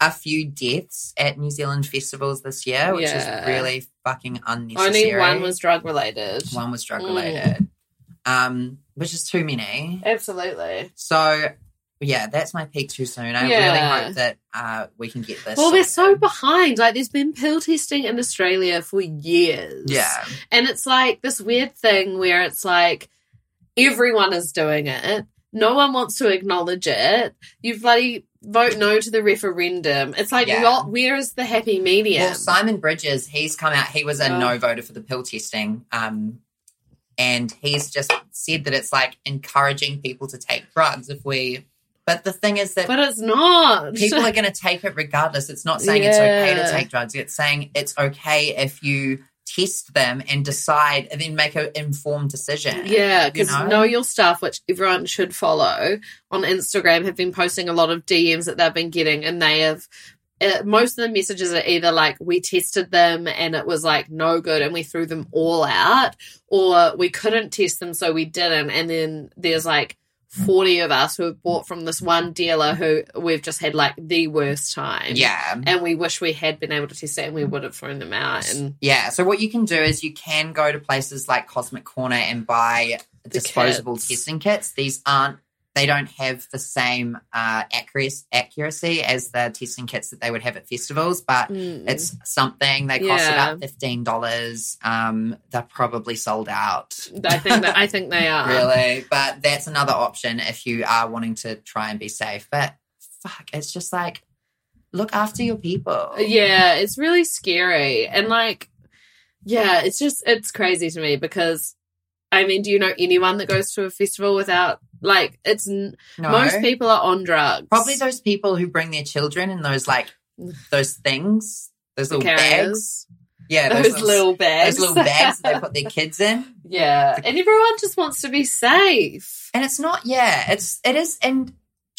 Speaker 3: a few deaths at New Zealand festivals this year, which
Speaker 2: Yeah.
Speaker 3: is really fucking unnecessary.
Speaker 2: Only one was drug related.
Speaker 3: one was drug
Speaker 2: Mm.
Speaker 3: related, um, which is too many.
Speaker 2: Absolutely.
Speaker 3: So yeah, that's my peak too soon. I
Speaker 2: Yeah.
Speaker 3: really hope that uh, we can get this.
Speaker 2: Well, we're so
Speaker 3: sorted.
Speaker 2: behind. Like, there's been pill testing in Australia for years.
Speaker 3: yeah,
Speaker 2: And it's like this weird thing where it's like everyone is doing it. No one wants to acknowledge it. You bloody vote no to the referendum. It's like,
Speaker 3: Yeah.
Speaker 2: what, where is the happy medium?
Speaker 3: Well, Simon Bridges, he's come out. He was a
Speaker 2: Oh.
Speaker 3: no voter for the pill testing, um, and he's just said that it's like encouraging people to take drugs if we. But the thing is that
Speaker 2: but it's not.
Speaker 3: people are going to take it regardless. It's not saying it's okay to
Speaker 2: Yeah.
Speaker 3: take drugs. It's saying it's okay if you test them and decide and then make an informed decision.
Speaker 2: Yeah,
Speaker 3: you
Speaker 2: because
Speaker 3: know?
Speaker 2: know your stuff, which everyone should follow on Instagram, have been posting a lot of DMs that they've been getting, and they have. Uh, most of the messages are either like we tested them and it was like no good and we threw them all out, or we couldn't test them so we didn't. And then there's like 40 of us who have bought from this one dealer who we've just had like the worst time.
Speaker 3: Yeah.
Speaker 2: And we wish we had been able to test it and we would have thrown them out. And
Speaker 3: Yeah. So what you can do is you can go to places like Cosmic Corner and buy
Speaker 2: The
Speaker 3: disposable
Speaker 2: kits.
Speaker 3: testing kits. These aren't they don't have the same uh, accuracy, accuracy as the testing kits that they would have at festivals, but
Speaker 2: Mm.
Speaker 3: it's something. They cost
Speaker 2: Yeah.
Speaker 3: about fifteen dollars. Um, they're probably sold out.
Speaker 2: I think that I think they are.
Speaker 3: really, Um, but that's another option if you are wanting to try and be safe. But fuck, it's just like look after your people.
Speaker 2: Uh, Yeah, it's really scary. And like, yeah, it's just, it's crazy to me because, I mean, do you know anyone that goes to a festival without, like, it's, n
Speaker 3: no.
Speaker 2: most people are on drugs.
Speaker 3: probably those people who bring their children and those like those things, those little bags.
Speaker 2: carriers.
Speaker 3: Yeah,
Speaker 2: Those, little bags.
Speaker 3: those little bags that they put their kids in.
Speaker 2: yeah. And everyone just wants to be safe.
Speaker 3: And it's not, yeah, it's it is, and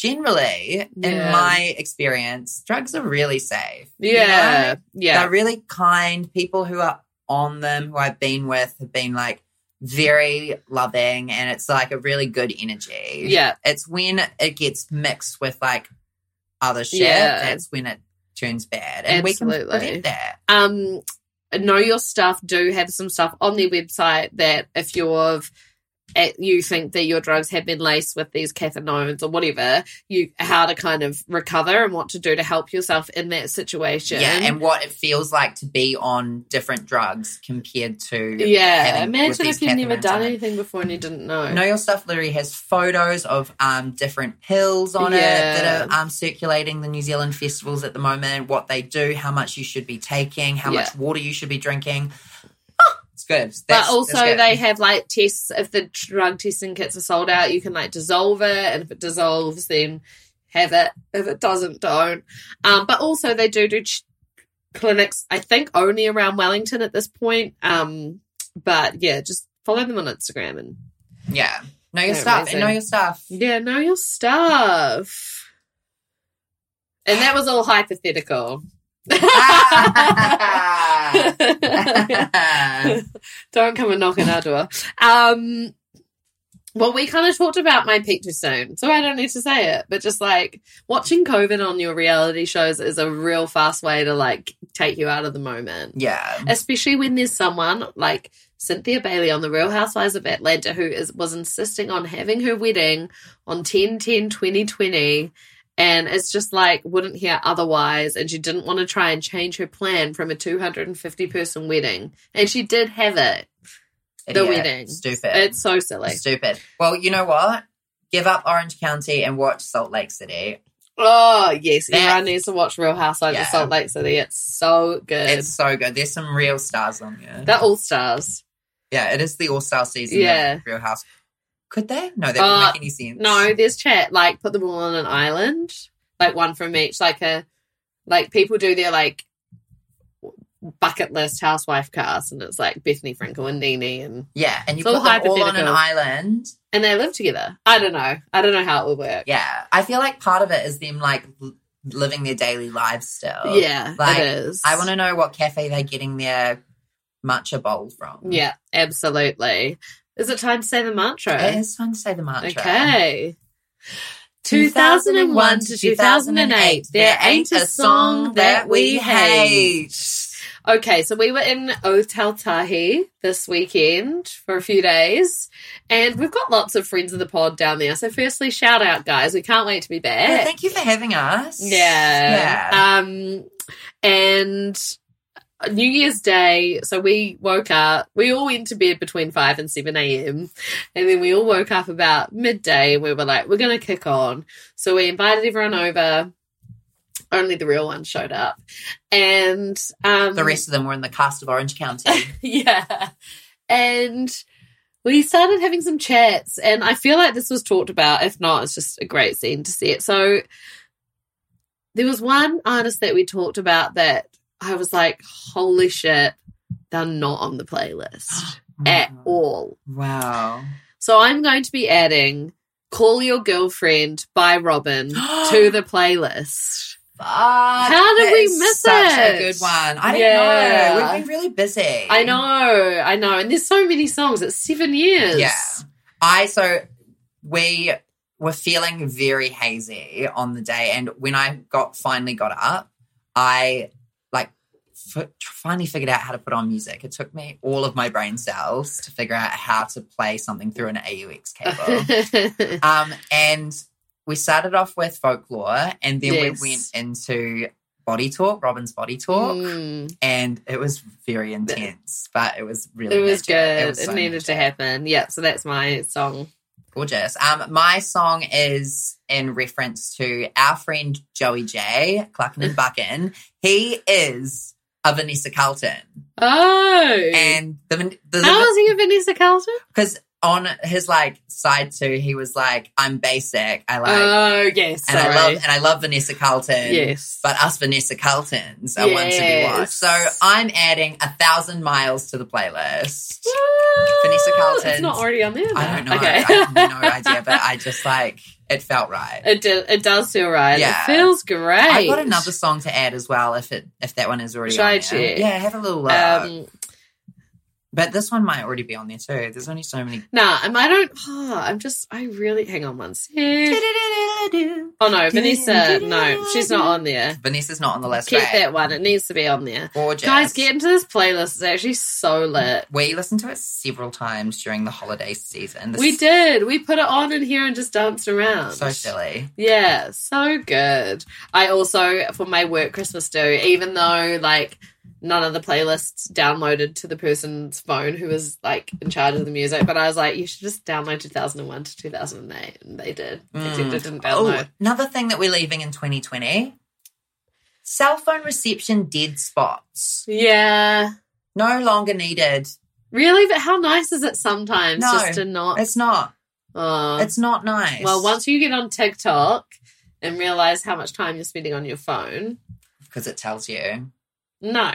Speaker 3: generally, in
Speaker 2: Yeah.
Speaker 3: my experience, drugs are really safe. you know?
Speaker 2: Yeah. Yeah.
Speaker 3: They're really kind. People who are on them, who I've been with, have been like very loving and it's like a really good energy.
Speaker 2: Yeah.
Speaker 3: It's when it gets mixed with like other shit
Speaker 2: Yeah.
Speaker 3: that's when it turns bad. And we can
Speaker 2: Absolutely.
Speaker 3: prevent that.
Speaker 2: um know your stuff do have some stuff on their website that if you're of at, you think that your drugs have been laced with these cathinones or whatever you how to kind of recover and what to do to help yourself in that situation
Speaker 3: Yeah. And what it feels like to be on different drugs compared to
Speaker 2: Yeah,
Speaker 3: having- with
Speaker 2: imagine
Speaker 3: these
Speaker 2: if you've never
Speaker 3: cathinones
Speaker 2: done
Speaker 3: on it.
Speaker 2: anything before and you didn't know
Speaker 3: Know Your Stuff literally has photos of um, different pills on it that
Speaker 2: Yeah.
Speaker 3: are um, circulating the New Zealand festivals at the moment, what they do, how much you should be taking, how much water you should be drinking. Ah, it's good. That's,
Speaker 2: but
Speaker 3: that's
Speaker 2: also
Speaker 3: good.
Speaker 2: they have like tests if the drug testing kits are sold out you can like dissolve it and if it dissolves then have it if it doesn't don't um, but also they do do ch- clinics i think only around wellington at this point um, but yeah just follow them on instagram and
Speaker 3: Yeah. Know Your
Speaker 2: They're
Speaker 3: Stuff
Speaker 2: amazing.
Speaker 3: and Know Your Stuff.
Speaker 2: yeah know your stuff and that was all hypothetical Don't come and knock on our door. Um, well, we kind of talked about my peak too soon, so I don't need to say it. But just like watching COVID on your reality shows is a real fast way to like take you out of the moment,
Speaker 3: yeah.
Speaker 2: especially when there's someone like Cynthia Bailey on The Real Housewives of Atlanta who is was insisting on having her wedding on 10 10 2020. And it's just like, wouldn't hear otherwise. And she didn't want to try and change her plan from a 250 person wedding. And she did have it. The
Speaker 3: Idiot.
Speaker 2: wedding.
Speaker 3: Stupid.
Speaker 2: It's so silly.
Speaker 3: Stupid. Well, you know what? Give up Orange County and watch Salt Lake City.
Speaker 2: Oh yes,
Speaker 3: That-
Speaker 2: everyone needs to watch Real Housewives of
Speaker 3: Yeah.
Speaker 2: Salt Lake City. It's so good.
Speaker 3: It's so good. There's some real stars on there.
Speaker 2: They're all stars.
Speaker 3: Yeah, it is the All Star season.
Speaker 2: Yeah.
Speaker 3: of Real House. Could they? No, that
Speaker 2: Uh,
Speaker 3: wouldn't make any sense.
Speaker 2: No, there's chat. Like put them all on an island, like one from each. Like a like people do their like bucket list housewife cast, and it's like Bethany Frankel and Nene, and
Speaker 3: Yeah, and you
Speaker 2: It's all
Speaker 3: put them all on an
Speaker 2: hypothetical.
Speaker 3: island.
Speaker 2: and they live together. I don't know. I don't know how it will work.
Speaker 3: Yeah, I feel like part of it is them like l- living their daily lives still.
Speaker 2: yeah
Speaker 3: Like,
Speaker 2: it is.
Speaker 3: I want to know what cafe they're getting their matcha bowl from.
Speaker 2: Yeah, absolutely. Is it time to say the mantra?
Speaker 3: it is time to say the mantra.
Speaker 2: Okay. 2001 to 2008, there ain't a song that we hate. Okay, so we were in Oteltahi this weekend for a few days, and we've got lots of friends of the pod down there. So, firstly, shout out, guys. We can't wait to be back.
Speaker 3: Yeah, thank you for having us.
Speaker 2: Eh. Yeah.
Speaker 3: yeah.
Speaker 2: Um, and New Year's Day, so we woke up, we all went to bed between 5 and 7 a.m. And then we all woke up about midday and we were like, we're going to kick on. So we invited everyone over. Only the real one showed up. And um, Eh.
Speaker 3: the rest of them were in the cast of Orange County.
Speaker 2: yeah. And we started having some chats, and I feel like this was talked about. If not, it's just a great scene to see it. So there was one artist that we talked about that I was like, holy shit, they're not on the playlist
Speaker 3: Oh
Speaker 2: at
Speaker 3: Mm-hmm.
Speaker 2: all.
Speaker 3: Wow.
Speaker 2: So I'm going to be adding Call Your Girlfriend by Robin to the playlist.
Speaker 3: Fuck,
Speaker 2: How did
Speaker 3: that
Speaker 2: we
Speaker 3: is
Speaker 2: miss
Speaker 3: such
Speaker 2: it?
Speaker 3: a good one. I don't
Speaker 2: Yeah.
Speaker 3: know. We've been really busy.
Speaker 2: I know, I know. And there's so many songs. It's seven years.
Speaker 3: Yeah. I so we were feeling very hazy on the day, and when I got finally got up, I like f- finally figured out how to put on music. It took me all of my brain cells to figure out how to play something through an AUX cable. um, and we started off with folklore, and then
Speaker 2: Yes.
Speaker 3: we went into body talk, Robin's body talk,
Speaker 2: Mm,
Speaker 3: and it was very intense, but it was really
Speaker 2: it was
Speaker 3: magic.
Speaker 2: good. It,
Speaker 3: was so
Speaker 2: needed to
Speaker 3: magic.
Speaker 2: happen. Yeah, so that's my song.
Speaker 3: Gorgeous. Um, my song is in reference to our friend Joey J. Cluckin and Buckin. He is a Vanessa Carlton,
Speaker 2: Oh.
Speaker 3: and the the-
Speaker 2: How
Speaker 3: the
Speaker 2: was he a Vanessa Carlton?
Speaker 3: because on his like side two, he was like, "I'm basic. I like."
Speaker 2: oh, yes.
Speaker 3: and
Speaker 2: sorry.
Speaker 3: I love and I love Vanessa Carlton.
Speaker 2: yes.
Speaker 3: But us Vanessa Carltons are one to be watched.
Speaker 2: Yes.
Speaker 3: So I'm adding a thousand miles to the playlist.
Speaker 2: What?
Speaker 3: Vanessa Carlton.
Speaker 2: It's not already on there.
Speaker 3: I
Speaker 2: though.
Speaker 3: don't know.
Speaker 2: Okay.
Speaker 3: I have no idea, but I just like it felt right.
Speaker 2: It, do, it does feel right.
Speaker 3: Yeah.
Speaker 2: It feels great.
Speaker 3: I got another song to add as well if it if that one is already
Speaker 2: Should I
Speaker 3: on there.
Speaker 2: check?
Speaker 3: Yeah, have a little look.
Speaker 2: Um,
Speaker 3: but this one might already be on there too. There's only so many.
Speaker 2: nah, um, I don't. Oh, I'm just. I really. Hang on one sec. Oh no, Vanessa. No, she's not on there.
Speaker 3: Vanessa's not on the list.
Speaker 2: Keep
Speaker 3: right?
Speaker 2: that one. It needs to be on there.
Speaker 3: Gorgeous.
Speaker 2: Guys, get into this playlist. It's actually so lit.
Speaker 3: We listened to it several times during the holiday season. This
Speaker 2: We
Speaker 3: is
Speaker 2: did. We put it on in here and just danced around.
Speaker 3: So silly.
Speaker 2: Yeah, so good. I also, for my work Christmas do, even though like none of the playlists downloaded to the person's phone who was like in charge of the music, but I was like, you should just download 2001 to 2008. And they did. Except it didn't
Speaker 3: Oh,
Speaker 2: download.
Speaker 3: another thing that we're leaving in 2020 cell phone reception dead spots.
Speaker 2: Yeah.
Speaker 3: No longer needed.
Speaker 2: Really? But how nice is it sometimes
Speaker 3: No,
Speaker 2: just to not.
Speaker 3: It's not.
Speaker 2: Oh.
Speaker 3: It's not nice.
Speaker 2: well, once you get on TikTok and realize how much time you're spending on your phone,
Speaker 3: Because it tells you.
Speaker 2: No.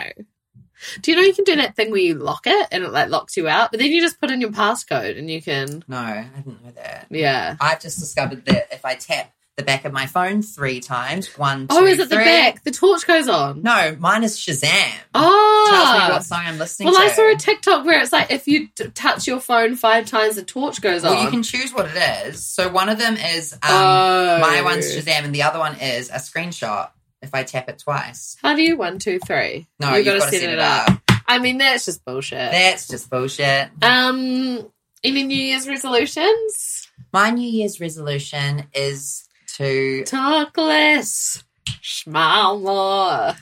Speaker 2: Do you know you can do that thing where you lock it and it like locks you out, but then you just put in your passcode and you can
Speaker 3: No, I didn't know that.
Speaker 2: Yeah.
Speaker 3: I've just discovered that if I tap the back of my phone three times, one,
Speaker 2: Oh,
Speaker 3: two,
Speaker 2: is it the
Speaker 3: three-
Speaker 2: back? The torch goes on.
Speaker 3: No, mine is Shazam. Tells me
Speaker 2: Oh
Speaker 3: what song I'm listening
Speaker 2: well
Speaker 3: to.
Speaker 2: I saw a TikTok where it's like if you t- touch your phone five times the torch goes
Speaker 3: Well,
Speaker 2: on.
Speaker 3: you can um, choose what it is. So one of them is um,
Speaker 2: oh.
Speaker 3: my one's Shazam, and the other one is a screenshot. If I tap it twice,
Speaker 2: How do you one, two, three?
Speaker 3: no,
Speaker 2: You
Speaker 3: you've, got to set, it up.
Speaker 2: I mean that's just bullshit.
Speaker 3: That's just bullshit.
Speaker 2: um any New Year's resolutions?
Speaker 3: My New Year's resolution is to
Speaker 2: Talk less. Smile more.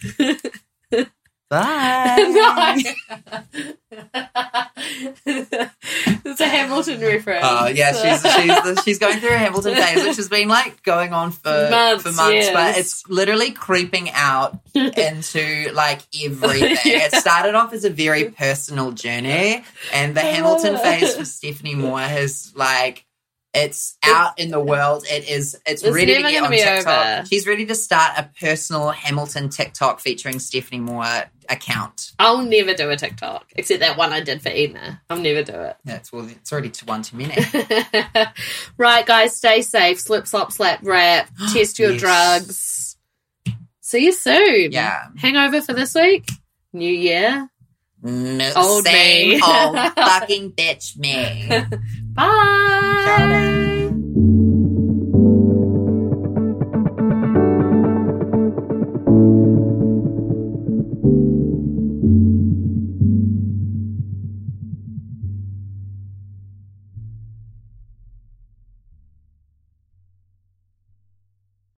Speaker 2: no.
Speaker 3: bye.
Speaker 2: it's a Hamilton reference.
Speaker 3: Oh yeah, she's she's the, she's going through a Hamilton phase, which has been like going on for
Speaker 2: Months,
Speaker 3: for months, but
Speaker 2: yes.
Speaker 3: it's literally creeping out into like everything.
Speaker 2: Yeah.
Speaker 3: It started off as a very personal journey, and the Hamilton
Speaker 2: Oh.
Speaker 3: phase for Stephanie Moore has like it's out in the world. It is it's,
Speaker 2: It's
Speaker 3: ready to
Speaker 2: never
Speaker 3: get
Speaker 2: gonna
Speaker 3: on
Speaker 2: be
Speaker 3: TikTok.
Speaker 2: over.
Speaker 3: She's ready to start a personal Hamilton TikTok featuring Stephanie Moore account.
Speaker 2: I'll never do a TikTok except that one I did for Edna. I'll never do it.
Speaker 3: That's well, it's already to one too many.
Speaker 2: right, guys, stay safe. Slip, slop, slap, rap. Test your
Speaker 3: Yes.
Speaker 2: drugs. See you soon.
Speaker 3: Yeah.
Speaker 2: Hangover for this week. New year.
Speaker 3: No,
Speaker 2: Old
Speaker 3: same
Speaker 2: me.
Speaker 3: old fucking bitch me.
Speaker 2: Bye.
Speaker 3: Darling.